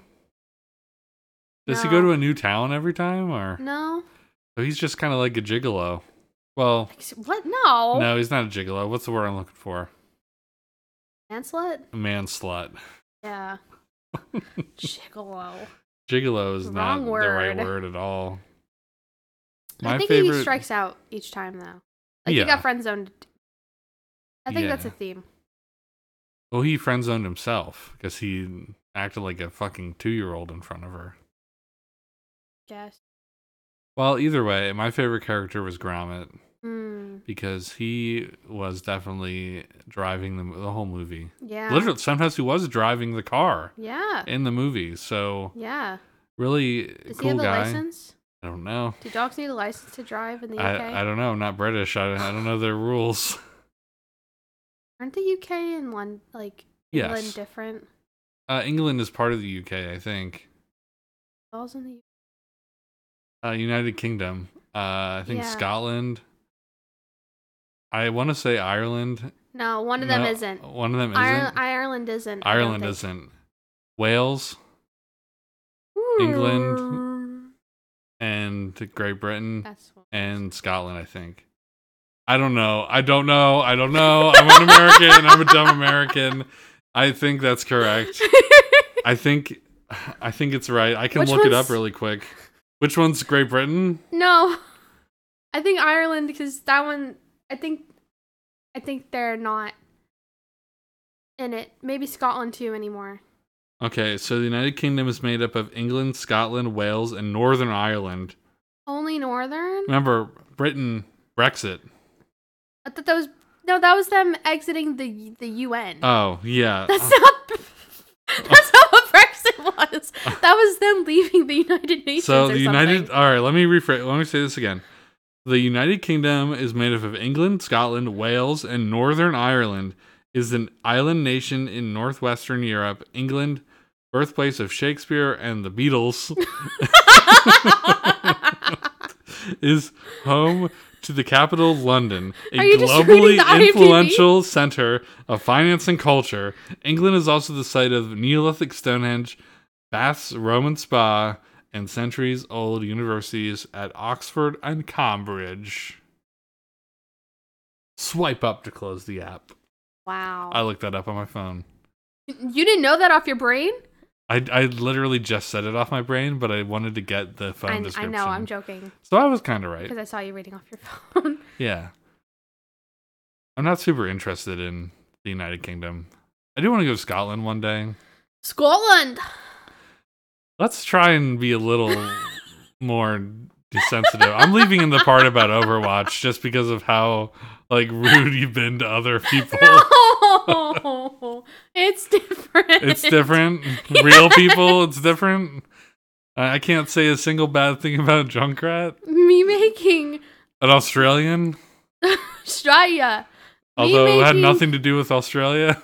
B: Does he go
A: No.
B: to a new town every time or
A: No.
B: so he's just kinda like a gigolo. Well
A: Ex- What? No.
B: no, he's not a gigolo. What's the word I'm looking for?
A: Manslet?
B: A man slut.
A: Yeah. Gigolo.
B: Gigolo is not
A: Wrong
B: the right
A: word.
B: word at all.
A: I
B: My
A: think
B: favorite
A: he strikes out each time though. Like he
B: Yeah.
A: got friend zoned. I think that's a
B: Yeah.
A: theme.
B: Well he friend zoned himself because he acted like a fucking two year old in front of her.
A: Yes.
B: Well, either way, my favorite character was Gromit
A: Mm,
B: because he was definitely driving the, the whole movie.
A: yeah.
B: Literally, sometimes he was driving the car.
A: Yeah.
B: in the movie. So
A: Yeah.
B: really
A: Does
B: cool
A: he have a
B: guy.
A: license?
B: I don't know.
A: Do dogs need a license to drive in the UK?
B: I, I don't know. I'm not British. I, I don't know their rules.
A: Aren't the UK and London like England
B: yes,
A: different?
B: uh, England is part of the UK. I think
A: Laws in the
B: uh, United Kingdom. Uh, I think
A: Yeah.
B: Scotland. I want to say Ireland.
A: No, one of them
B: No, Oh,
A: isn't.
B: One of them isn't.
A: Ireland, Ireland isn't. I don't
B: Ireland
A: think.
B: isn't. Wales England.
A: Ooh.
B: and Great Britain
A: That's one.
B: and Scotland. I think. I don't know. I don't know. I don't know. I'm an American. I'm a dumb American. I think that's correct. I think I think it's right. I can
A: Which
B: look it up
A: one's-
B: really quick. Which one's Great Britain?
A: No. I think Ireland because that one I think I think they're not in it. Maybe Scotland too anymore.
B: Okay, so the United Kingdom is made up of England, Scotland, Wales, and Northern Ireland.
A: Only Northern.
B: Remember, Britain, Brexit.
A: I thought that was no, that was them exiting the the UN.
B: Oh, yeah.
A: that's not. That's not what Brexit was. That was them leaving the United Nations.
B: so
A: or
B: the United.
A: something.
B: All right, let me rephrase. Let me say this again. The United Kingdom is made up of England, Scotland, Wales, and Northern Ireland. Is an island nation in northwestern Europe. England, birthplace of Shakespeare and the Beatles, is home to the capital London, a
A: Are you just
B: globally
A: reading the IMDb?
B: influential center of finance and culture. England is also the site of Neolithic Stonehenge, Bath's Roman Spa, and centuries-old universities at Oxford and Cambridge. Swipe up to close the app.
A: wow.
B: I looked that up on my phone.
A: you didn't know that off your brain?
B: I, I literally just said it off my brain, but I wanted to get the phone
A: I, I
B: description.
A: know. I'm joking
B: so I was kind of right.
A: because I saw you reading off your phone.
B: Yeah. I'm not super interested in the United Kingdom. I do want to go to Scotland one day.
A: Scotland.
B: Let's try and be a little more sensitive. I'm leaving in the part about Overwatch just because of how like rude you've been to other people.
A: No, it's different.
B: It's different. Real people, it's different. I I can't say a single bad thing about Junkrat.
A: Me making
B: An Australian,
A: Australia
B: although it had
A: making-
B: nothing to do with Australia.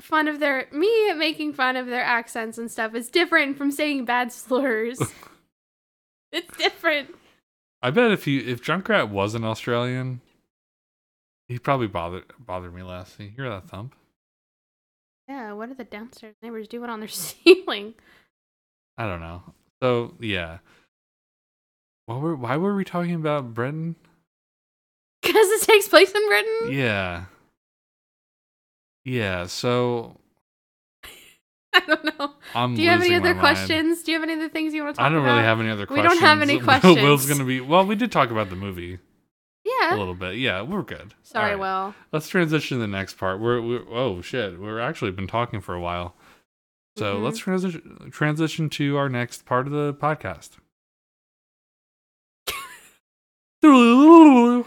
A: fun of their me making fun of their accents and stuff is different from saying bad slurs. it's different.
B: I bet if you if Junkrat was an Australian, he'd probably bother bother me less. You hear that thump?
A: Yeah, what are the downstairs neighbors doing on their ceiling?
B: I don't know. So yeah. What were why were we talking about Britain?
A: Because this takes place in Britain.
B: Yeah. Yeah, so
A: I don't know.
B: I'm
A: Do you have any
B: losing my
A: other
B: mind.
A: questions? Do you have any other things you want to talk
B: I
A: about?
B: don't really have any other
A: We
B: questions.
A: don't have any
B: Will's
A: questions.
B: gonna be well, we did talk about the movie a
A: Yeah.
B: little bit. Yeah, we're good.
A: Sorry,
B: All right.
A: Will.
B: let's transition to the next part. We're, we're oh shit, we're actually been talking for a while, so
A: Mhm.
B: let's transition transition to our next part of the podcast. Remember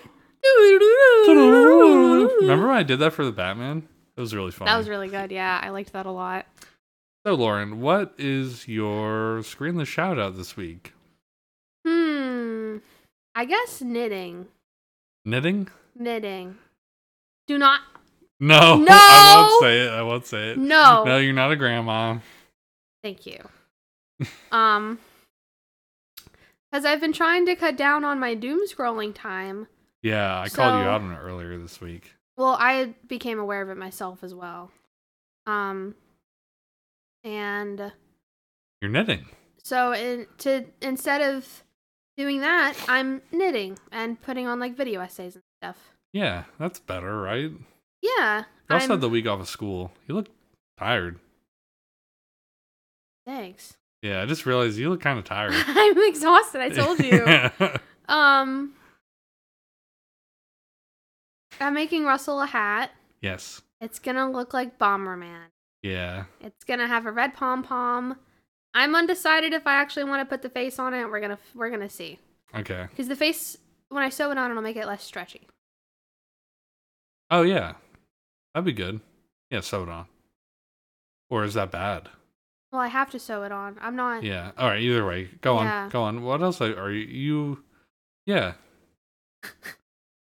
B: when I did that for the Batman? It was really fun.
A: That was really good. Yeah, I liked that a lot.
B: so, Lauren, what is your screenless shout out this week?
A: Hmm. I guess knitting.
B: Knitting?
A: Knitting. Do not.
B: No,
A: No!
B: I won't say it. I won't say it.
A: No.
B: no, you're not a grandma.
A: Thank you. um. Because I've been trying to cut down on my doom scrolling time.
B: Yeah, I called you
A: So-
B: out on it earlier this week.
A: Well, I became aware of it myself as well. Um. And
B: You're knitting.
A: so in, to instead of doing that, I'm knitting and putting on like video essays and stuff.
B: Yeah, that's better, right?
A: Yeah.
B: You also
A: I'm-
B: had the week off of school. You look tired.
A: Thanks.
B: Yeah, I just realized you look kind of tired.
A: I'm exhausted. I told you. um, I'm making Russell a hat.
B: yes.
A: It's gonna look like Bomberman.
B: Yeah.
A: It's gonna have a red pom pom. I'm undecided if I actually want to put the face on it. We're gonna we're gonna see
B: Okay.
A: because the face when I sew it on, it'll make it less stretchy.
B: Oh yeah, that'd be good. Yeah, sew it on. Or is that bad?
A: Well, I have to sew it on. I'm not.
B: Yeah. All right. Either way, go on.
A: Uh. Yeah.
B: Go on. What else are are you? you yeah.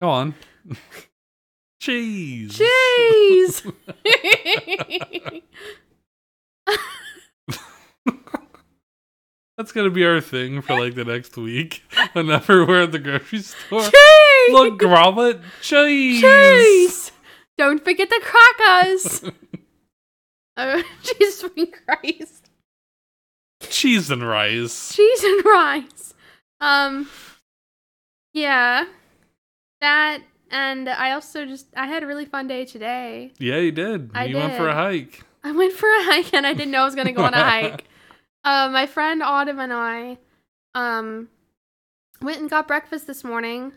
B: Go on. Cheese.
A: Jeez.
B: That's gonna be our thing for like the next week. Whenever we're at the grocery store,
A: Jeez.
B: look, grommet, cheese.
A: Cheese! Don't forget the crackers! oh, Jesus fucking Christ.
B: cheese and rice.
A: Cheese and rice. Um, yeah. That, and I also just, I had a really fun day today.
B: Yeah, you did.
A: I
B: you went for a
A: did.
B: hike.
A: I went for a hike and I didn't know I was going to go on a hike. Uh, my friend Autumn and I um, went and got breakfast this morning,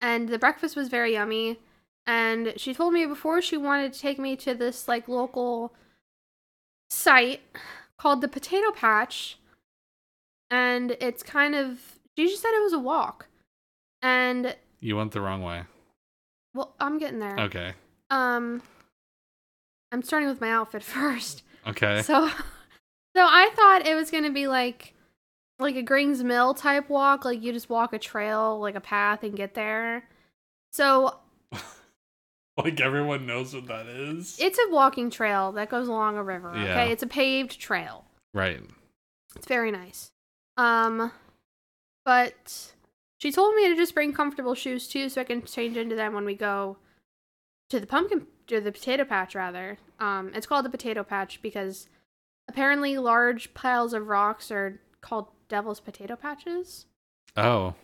A: and the breakfast was very yummy. and she told me before she wanted to take me to this like local site called the Potato Patch, and it's kind of she just said it was a walk, and
B: You went the wrong way.
A: well, I'm getting there.
B: Okay.
A: Um, I'm starting with my outfit first.
B: Okay.
A: So, so I thought it was gonna be like, like a Grings Mill type walk, like you just walk a trail, like a path, and get there. So
B: like everyone knows what that is.
A: it's a walking trail that goes along a river. Okay,
B: Yeah.
A: it's a paved trail.
B: right.
A: It's very nice. Um, but she told me to just bring comfortable shoes too, so I can change into them when we go to the pumpkin to the potato patch. Rather, um, it's called the potato patch because apparently large piles of rocks are called devil's potato patches.
B: Oh.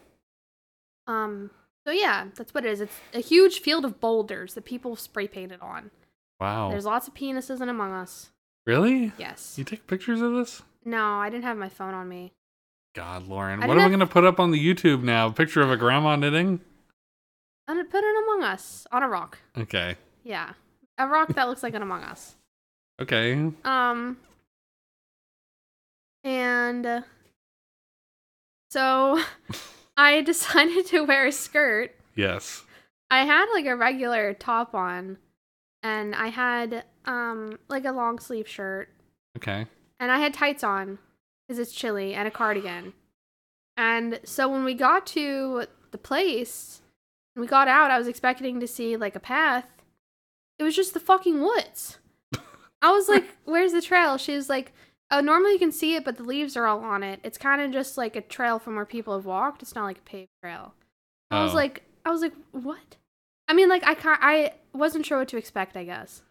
A: Um, so yeah, that's what it is. It's a huge field of boulders that people spray painted on.
B: Wow.
A: There's lots of penises in Among Us.
B: really?
A: Yes.
B: Oh. You take pictures of this?
A: No, I didn't have my phone on me.
B: God, Lauren.
A: I
B: What
A: didn't
B: am I
A: have-
B: going to put up on the YouTube now? A picture of a grandma knitting?
A: I'm gonna put an Among Us on a rock.
B: Okay.
A: Yeah. A rock that looks like an Among Us.
B: Okay.
A: Um and uh, so I decided to wear a skirt.
B: Yes.
A: I had like a regular top on and I had um like a long sleeve shirt
B: Okay.
A: and I had tights on cuz it's chilly and a cardigan. And so when we got to the place, when we got out, I was expecting to see like a path. It was just the fucking woods. I was like, "Where's the trail?" She was like, "Oh, normally you can see it, but the leaves are all on it. It's kind of just like a trail from where people have walked. It's not like a paved trail." I was
B: Oh.
A: like, "I was like, what?" I mean, like I can I wasn't sure what to expect. I guess.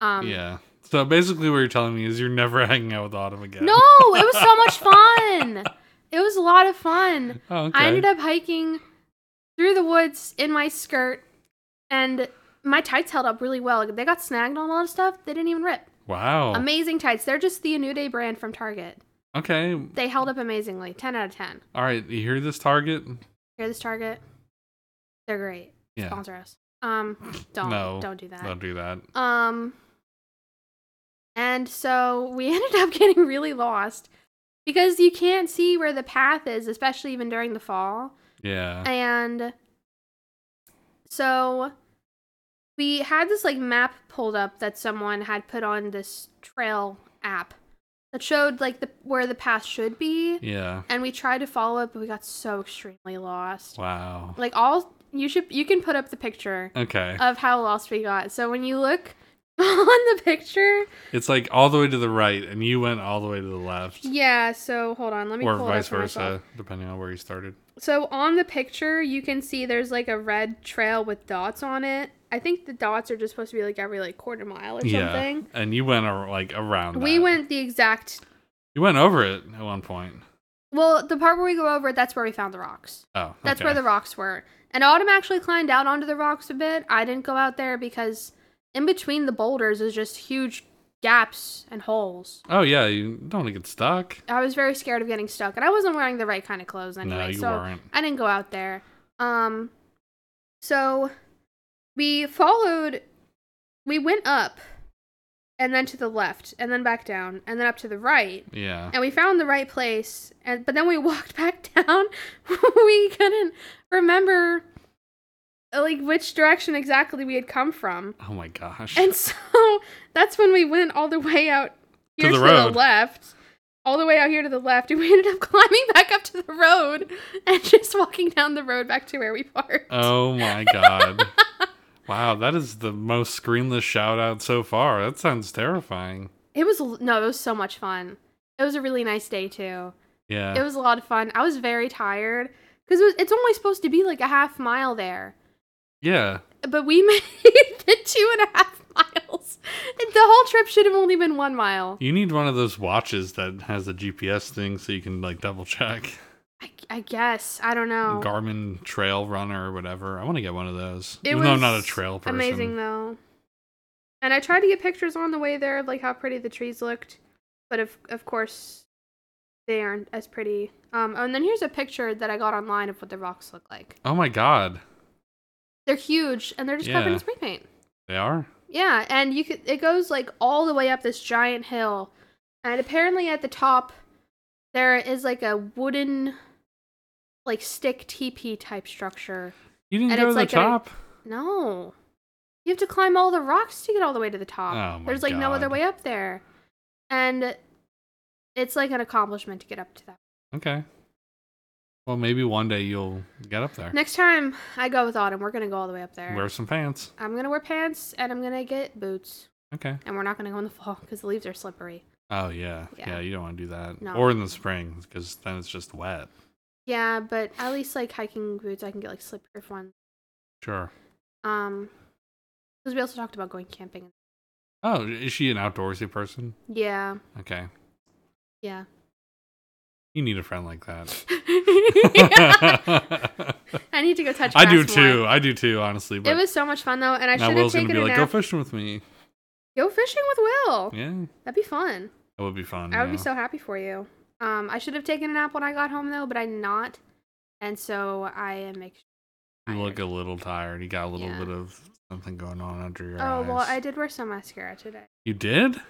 A: Um,
B: yeah. So basically, what you're telling me is you're never hanging out with Autumn again.
A: No, it was so much fun. It was a lot of fun.
B: Oh, okay.
A: I ended up hiking through the woods in my skirt, and my tights held up really well. They got snagged on a lot of stuff. They didn't even rip.
B: wow.
A: Amazing tights. They're just the New Day brand from Target.
B: okay.
A: They held up amazingly. 10 out of 10.
B: All right. You hear this, Target?
A: Hear this, Target? They're great.
B: Yeah.
A: Sponsor us. Um, don't.
B: No.
A: Don't do that.
B: Don't do that.
A: Um, and so we ended up getting really lost because you can't see where the path is, especially even during the fall.
B: Yeah.
A: And so we had this like map pulled up that someone had put on this trail app that showed like the where the path should be.
B: yeah.
A: And we tried to follow it, but we got so extremely lost.
B: Wow.
A: Like uh, all you should you can put up the picture
B: Okay.
A: of how lost we got. So when you look on the picture,
B: It's like all the way to the right, and you went all the way to the left,
A: yeah. So hold on, let me
B: or
A: pull it up
B: vice
A: for myself.
B: versa, depending on where you started.
A: So on the picture, you can see there's like a red trail with dots on it. I think the dots are just supposed to be like every like quarter mile or something.
B: and you went ar- like around.
A: We
B: that.
A: went the exact
B: You went over it at one point.
A: well, the part where we go over it, that's where we found the rocks.
B: Oh,
A: That's where the rocks were. And Autumn actually climbed out onto the rocks a bit. I didn't go out there because in between the boulders is just huge gaps and holes.
B: Oh yeah, you don't want to get stuck.
A: I was very scared of getting stuck, and I wasn't wearing the right kind of clothes anyway.
B: no, you
A: so
B: weren't.
A: I didn't go out there. Um, so we followed, we went up and then to the left and then back down and then up to the right.
B: Yeah.
A: And we found the right place, and but then we walked back down. we couldn't remember uh, like which direction exactly we had come from.
B: Oh my gosh.
A: And so that's when we went all the way out
B: To
A: here to
B: the
A: the,
B: road.
A: left, all the way out here to the left, and we ended up climbing back up to the road and just walking down the road back to where we parked.
B: oh my god. wow, that is the most screenless shout out so far. That sounds terrifying.
A: It was l- no, it was so much fun. It was a really nice day too.
B: Yeah.
A: It was a lot of fun. I was very tired because it was- it's only supposed to be like a half mile there,
B: yeah.
A: but we made the two and a half miles. And the whole trip should have only been one mile.
B: You need one of those watches that has a GPS thing so you can like double check.
A: I, I guess I don't know.
B: Garmin Trail Runner or whatever. I want to get one of those.
A: It
B: Even though I'm not a
A: was
B: trail person.
A: Amazing though. And I tried to get pictures on the way there of like how pretty the trees looked, but of of course they aren't as pretty. Um and then here's a picture that I got online of what the rocks look like.
B: Oh my god.
A: They're huge and they're just covered
B: Yeah.
A: in spray paint.
B: They are.
A: Yeah, and you could it goes like all the way up this giant hill. And apparently at the top there is like a wooden like stick teepee type structure.
B: You didn't
A: And
B: go to
A: it's
B: the
A: like a-
B: top.
A: No. You have to climb all the rocks to get all the way to the top.
B: Oh my
A: There's like no other
B: God.
A: way up there. And it's like an accomplishment to get up to that.
B: Okay. Well, maybe one day you'll get up there.
A: Next time I go with Autumn, we're gonna go all the way up there.
B: Wear some pants.
A: I'm gonna wear pants and I'm gonna get boots.
B: Okay.
A: And we're not gonna go in the fall because the leaves are slippery.
B: Oh yeah. Yeah,
A: Yeah.
B: you don't want to do that.
A: No.
B: Or in the spring because then it's just wet.
A: Yeah, but at least like hiking boots, I can get like slip-proof ones.
B: Sure.
A: Um, because we also talked about going camping.
B: Oh, is she an outdoorsy person?
A: Yeah,
B: Okay.
A: yeah.
B: You need a friend like that.
A: I need to go touch.
B: I do
A: grass
B: too.
A: more.
B: I do too, honestly. But
A: It was so much fun though, and I
B: now
A: should have
B: Will's gonna
A: taken
B: be
A: a
B: like, go
A: nap.
B: fishing with me.
A: Go fishing with Will.
B: Yeah,
A: That'd be fun.
B: that would be fun.
A: I would be
B: yeah.
A: so happy for you. Um, I should have taken a nap when I got home though, but I did not, and so I am. Ex-
B: You look a little tired. You got a little
A: Yeah.
B: bit of something going on under your
A: oh
B: eyes.
A: well, I did wear some mascara today.
B: You did?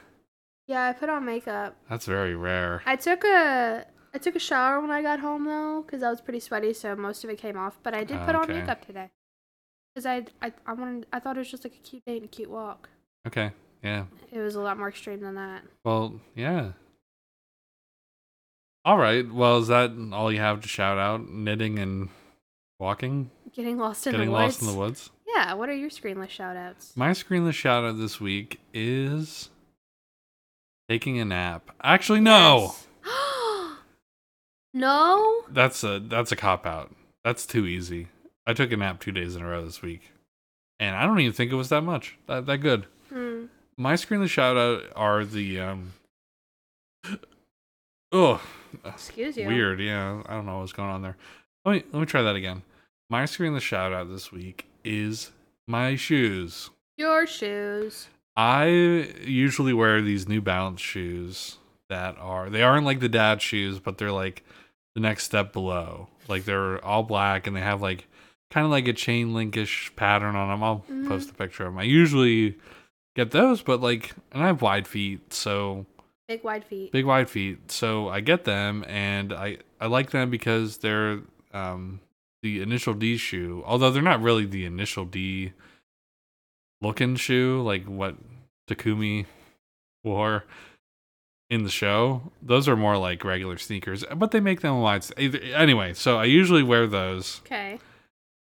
A: Yeah, I put on makeup.
B: That's very rare.
A: I took a I took a shower when I got home though, because I was pretty sweaty, so most of it came off. But I did put on
B: Okay.
A: makeup today, because I, I I wanted I thought it was just like a cute day and a cute walk.
B: okay. Yeah.
A: It was a lot more extreme than that.
B: Well, yeah. All right. Well, is that all you have to shout out? Knitting and walking,
A: Getting lost in
B: getting
A: the
B: lost
A: woods.
B: in the woods.
A: Yeah. What are your screenless shout outs?
B: My screenless shout out this week is taking a nap. Actually, no.
A: Yes. no.
B: That's a that's a cop out. That's too easy. I took a nap two days in a row this week, and I don't even think it was that much. That that good.
A: Hmm.
B: My screenless shout out are the um. Oh,
A: Excuse you.
B: weird. Yeah, I don't know what's going on there. Let me let me try that again. My screenless shout out this week is my shoes.
A: Your shoes.
B: I usually wear these New Balance shoes that are they aren't like the dad shoes, but they're like the next step below. Like they're all black and they have like kind of like a chain linkish pattern on them. I'll
A: Mhm.
B: post a picture of them. I usually get those, but like, and I have wide feet, so
A: Big wide feet.
B: big wide feet, so I get them and I I like them because they're um the initial D shoe, although they're not really the initial D looking shoe, like what Takumi wore in the show. Those are more like regular sneakers, but they make them wide. Either, anyway, so I usually wear those.
A: Okay.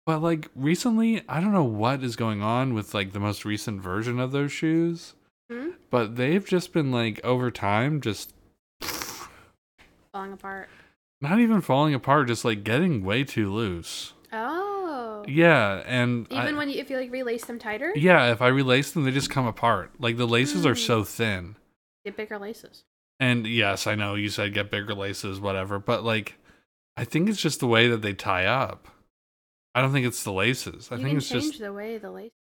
B: But like recently, I don't know what is going on with like the most recent version of those shoes,
A: Hmm?
B: but they've just been like over time just
A: Falling apart.
B: not even falling apart, just like getting way too loose.
A: Oh.
B: Yeah, and I-
A: Even when you, if you like relace them tighter,
B: yeah, if I relace them, they just come apart. Like the laces are
A: Mm.
B: so thin.
A: get bigger laces.
B: And yes, I know you said get bigger laces, whatever, but like I think it's just the way that they tie up. I don't think it's the laces. I
A: you
B: think
A: can
B: it's
A: change
B: just
A: the way the lace.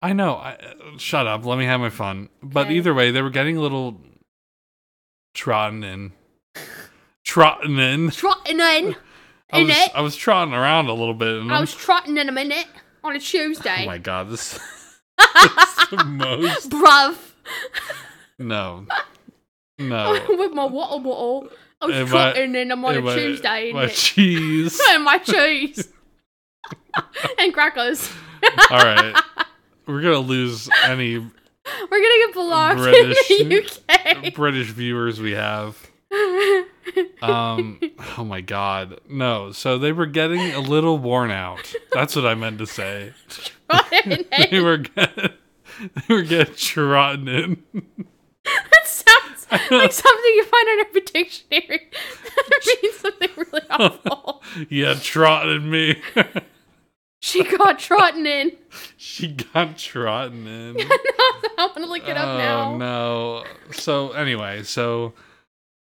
B: I know. I, uh, shut up. Let me have my fun. But
A: Okay.
B: either way, they were getting a little trodden in. Trotting in.
A: Trotting in.
B: I was,
A: Innit?
B: I was trotting around a little bit. And
A: I
B: I'm-
A: was trotting in a minute on a Tuesday.
B: Oh my god, this is the most.
A: Bruv.
B: No. No.
A: With my water bottle. I was
B: Am Oh. I-
A: trotting in them on a
B: And my-
A: Tuesday.
B: My
A: innit?
B: cheese.
A: and my cheese. and crackers.
B: All right. We're going to lose any
A: We're going to get blocked in the
B: British-
A: UK.
B: British viewers we have. Um, oh my god. No. So they were getting a little worn out. That's what I meant to say.
A: Trotting in.
B: they were getting, they were getting trodden in.
A: That sounds like something you find in a dictionary. that means something really awful.
B: Yeah, trotted me.
A: She got trotting in.
B: she got trodden in.
A: I'm gonna look it up now.
B: Oh, no. So anyway, so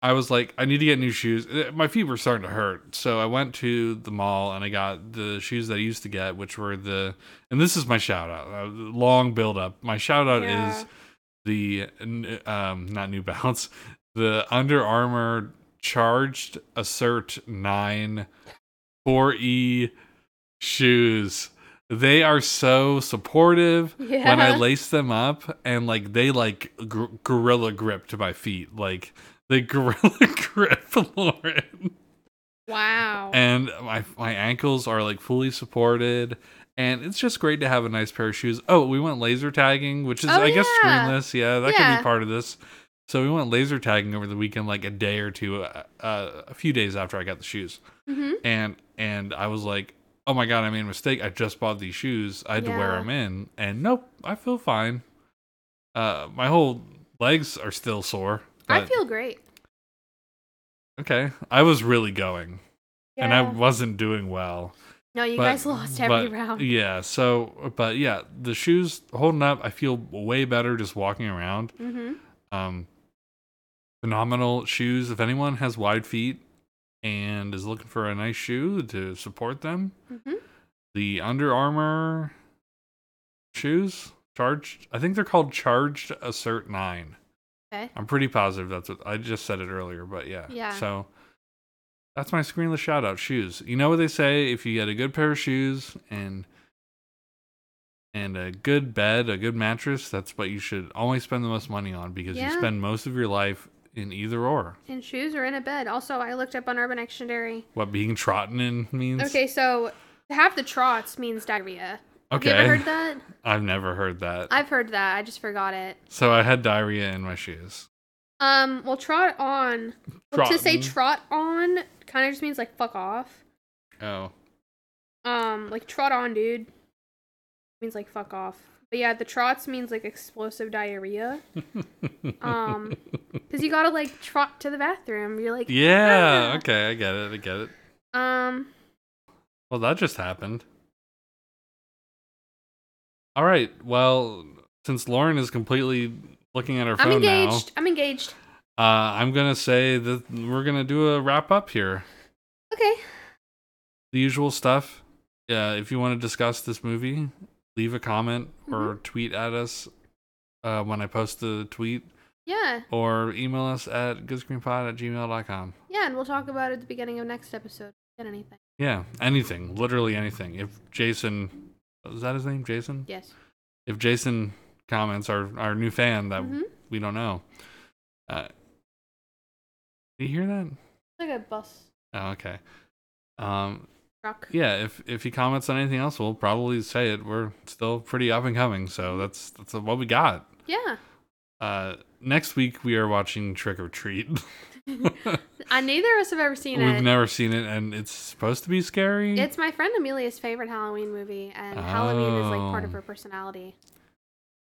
B: I was like, I need to get new shoes. Uh, My feet were starting to hurt, so I went to the mall and I got the shoes that I used to get, which were the. And this is my shout out. Uh, long build up. My shout out
A: Yeah.
B: is the n- um not New Balance, the Under Armour Charged Assert Nine 4E E shoes. they are so supportive when
A: Yeah.
B: I lace them up, and like they like gr- gorilla grip to my feet, like they gorilla grip Lauren,
A: Wow.
B: and my my ankles are like fully supported, and it's just great to have a nice pair of shoes. Oh, we went laser tagging, which is
A: Oh,
B: I guess
A: yeah.
B: screenless, yeah, that could
A: Yeah.
B: be part of this. So we went laser tagging over the weekend, like a day or two, uh, uh, a few days after I got the shoes
A: hmm
B: and and I was like, oh my god, I made a mistake. I just bought these shoes. I had to wear
A: Yeah.
B: them in, and nope, I feel fine. Uh, my whole legs are still sore.
A: I
B: but-
A: feel great.
B: okay. I was really going, and I
A: Yeah.
B: wasn't doing well.
A: no, you
B: but-
A: guys lost every
B: but-
A: round.
B: Yeah. So, but yeah, the shoes holding up. I feel way better just walking around.
A: Mm-hmm.
B: Um, phenomenal shoes. If anyone has wide feet and is looking for a nice shoe to support them,
A: Mm-hmm.
B: the Under Armour shoes charged. I think they're called Charged Assert Nine.
A: Okay.
B: I'm pretty positive that's what I just said it earlier, but yeah.
A: Yeah.
B: So that's my screenless shout out shoes. You know what they say? If you get a good pair of shoes and and a good bed, a good mattress, that's what you should always spend the most money on because you
A: Yeah.
B: spend most of your life in either or.
A: In shoes or in a bed. Also, I looked up on Urban Dictionary.
B: What being trodden in means.
A: Okay, so half the trots means diarrhea. Have
B: Okay.
A: you ever heard that?
B: I've never heard that.
A: I've heard that. I just forgot it.
B: so I had diarrhea in my shoes.
A: Um, well, trot on. Well, to say
B: Trotten.
A: trot on kind of just means like fuck off.
B: Oh.
A: Um, like trot on, dude. Means like fuck off. But yeah, the trots means like explosive diarrhea. Um, because you gotta like trot to the bathroom. You're like,
B: yeah.
A: Ah.
B: Okay, I get it. I get it.
A: um,
B: Well, that just happened. All right. Well, since Lauren is completely looking at her
A: I'm
B: phone now,
A: engaged. I'm engaged.
B: uh, I'm gonna say that we're gonna do a wrap up here.
A: Okay.
B: The usual stuff. Yeah. If you want to discuss this movie, leave a comment or
A: Mm-hmm.
B: tweet at us uh, when I post the tweet,
A: Yeah.
B: or email us at goodscreenpod at gmail.com.
A: Yeah, and we'll talk about it at the beginning of next episode. Get anything?
B: Yeah, anything, literally anything. If Jason, is that his name, Jason?
A: Yes.
B: If Jason comments, our our new fan that
A: Mhm.
B: we don't know, uh, do you hear that?
A: Like a bus
B: Oh, okay. Um,
A: truck.
B: yeah. If if he comments on anything else, we'll probably say it. We're still pretty up and coming, so that's that's what we got.
A: Yeah.
B: Uh, next week we are watching Trick or Treat.
A: I neither of us have ever seen
B: We've
A: it.
B: never seen it, and it's supposed to be scary.
A: It's my friend Amelia's favorite Halloween movie, and Halloween is like part of
B: Oh.
A: her personality.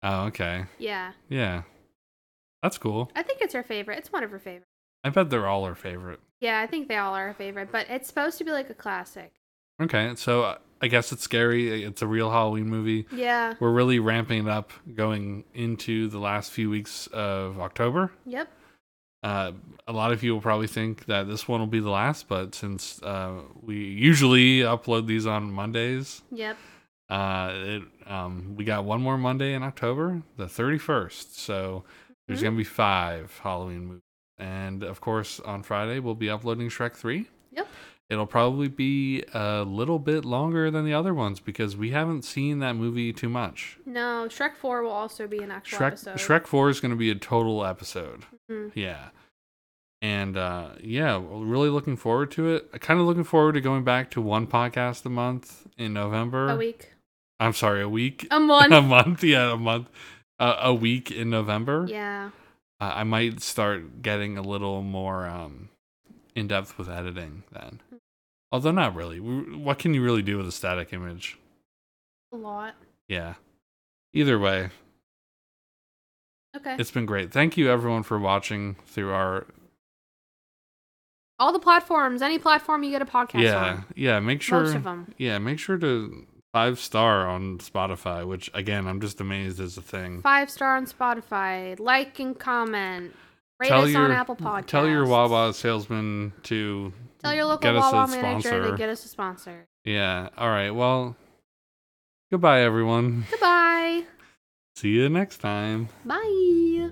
B: oh, okay.
A: Yeah,
B: Yeah, that's cool.
A: I think it's her favorite. It's one of her favorites.
B: I bet they're all our favorite.
A: Yeah, I think they all are her favorite, but it's supposed to be like a classic.
B: Okay, so uh, I guess it's scary. It's a real Halloween movie.
A: Yeah.
B: We're really ramping it up going into the last few weeks of October.
A: Yep.
B: Uh, a lot of you will probably think that this one will be the last, but since uh, we usually upload these on Mondays,
A: Yep.
B: uh, it, um, we got one more Monday in October, the 31st. So there's
A: Mhm.
B: going to be five Halloween movies. And of course, on Friday, we'll be uploading Shrek 3.
A: Yep.
B: It'll probably be a little bit longer than the other ones because we haven't seen that movie too much.
A: No, Shrek Four will also be an actual
B: Shrek
A: episode.
B: Shrek 4 is going to be a total episode.
A: Mhm.
B: Yeah. And uh, yeah, we're really looking forward to it. Kind of looking forward to going back to one podcast a month in November.
A: A week. Um,
B: I'm sorry, a week
A: A month.
B: a month yeah a month uh, a week in november
A: yeah.
B: uh, i might start getting a little more um in depth with editing then although not really W- what can you really do with a static image
A: A lot.
B: yeah either way
A: Okay.
B: it's been great thank you everyone for watching through our
A: all the platforms. Any platform you get a podcast
B: yeah
A: on.
B: yeah make sure
A: Most of them.
B: yeah make sure to five star on spotify which again i'm just amazed is a thing
A: Five star on Spotify. Like and comment. Rate us on Apple Podcasts.
B: tell your Wawa salesman to
A: Tell your
B: get
A: local
B: us a
A: Wawa manager
B: sponsor.
A: to get us a sponsor.
B: Yeah. All right. Well, goodbye, everyone.
A: Goodbye.
B: See you next time.
A: Bye.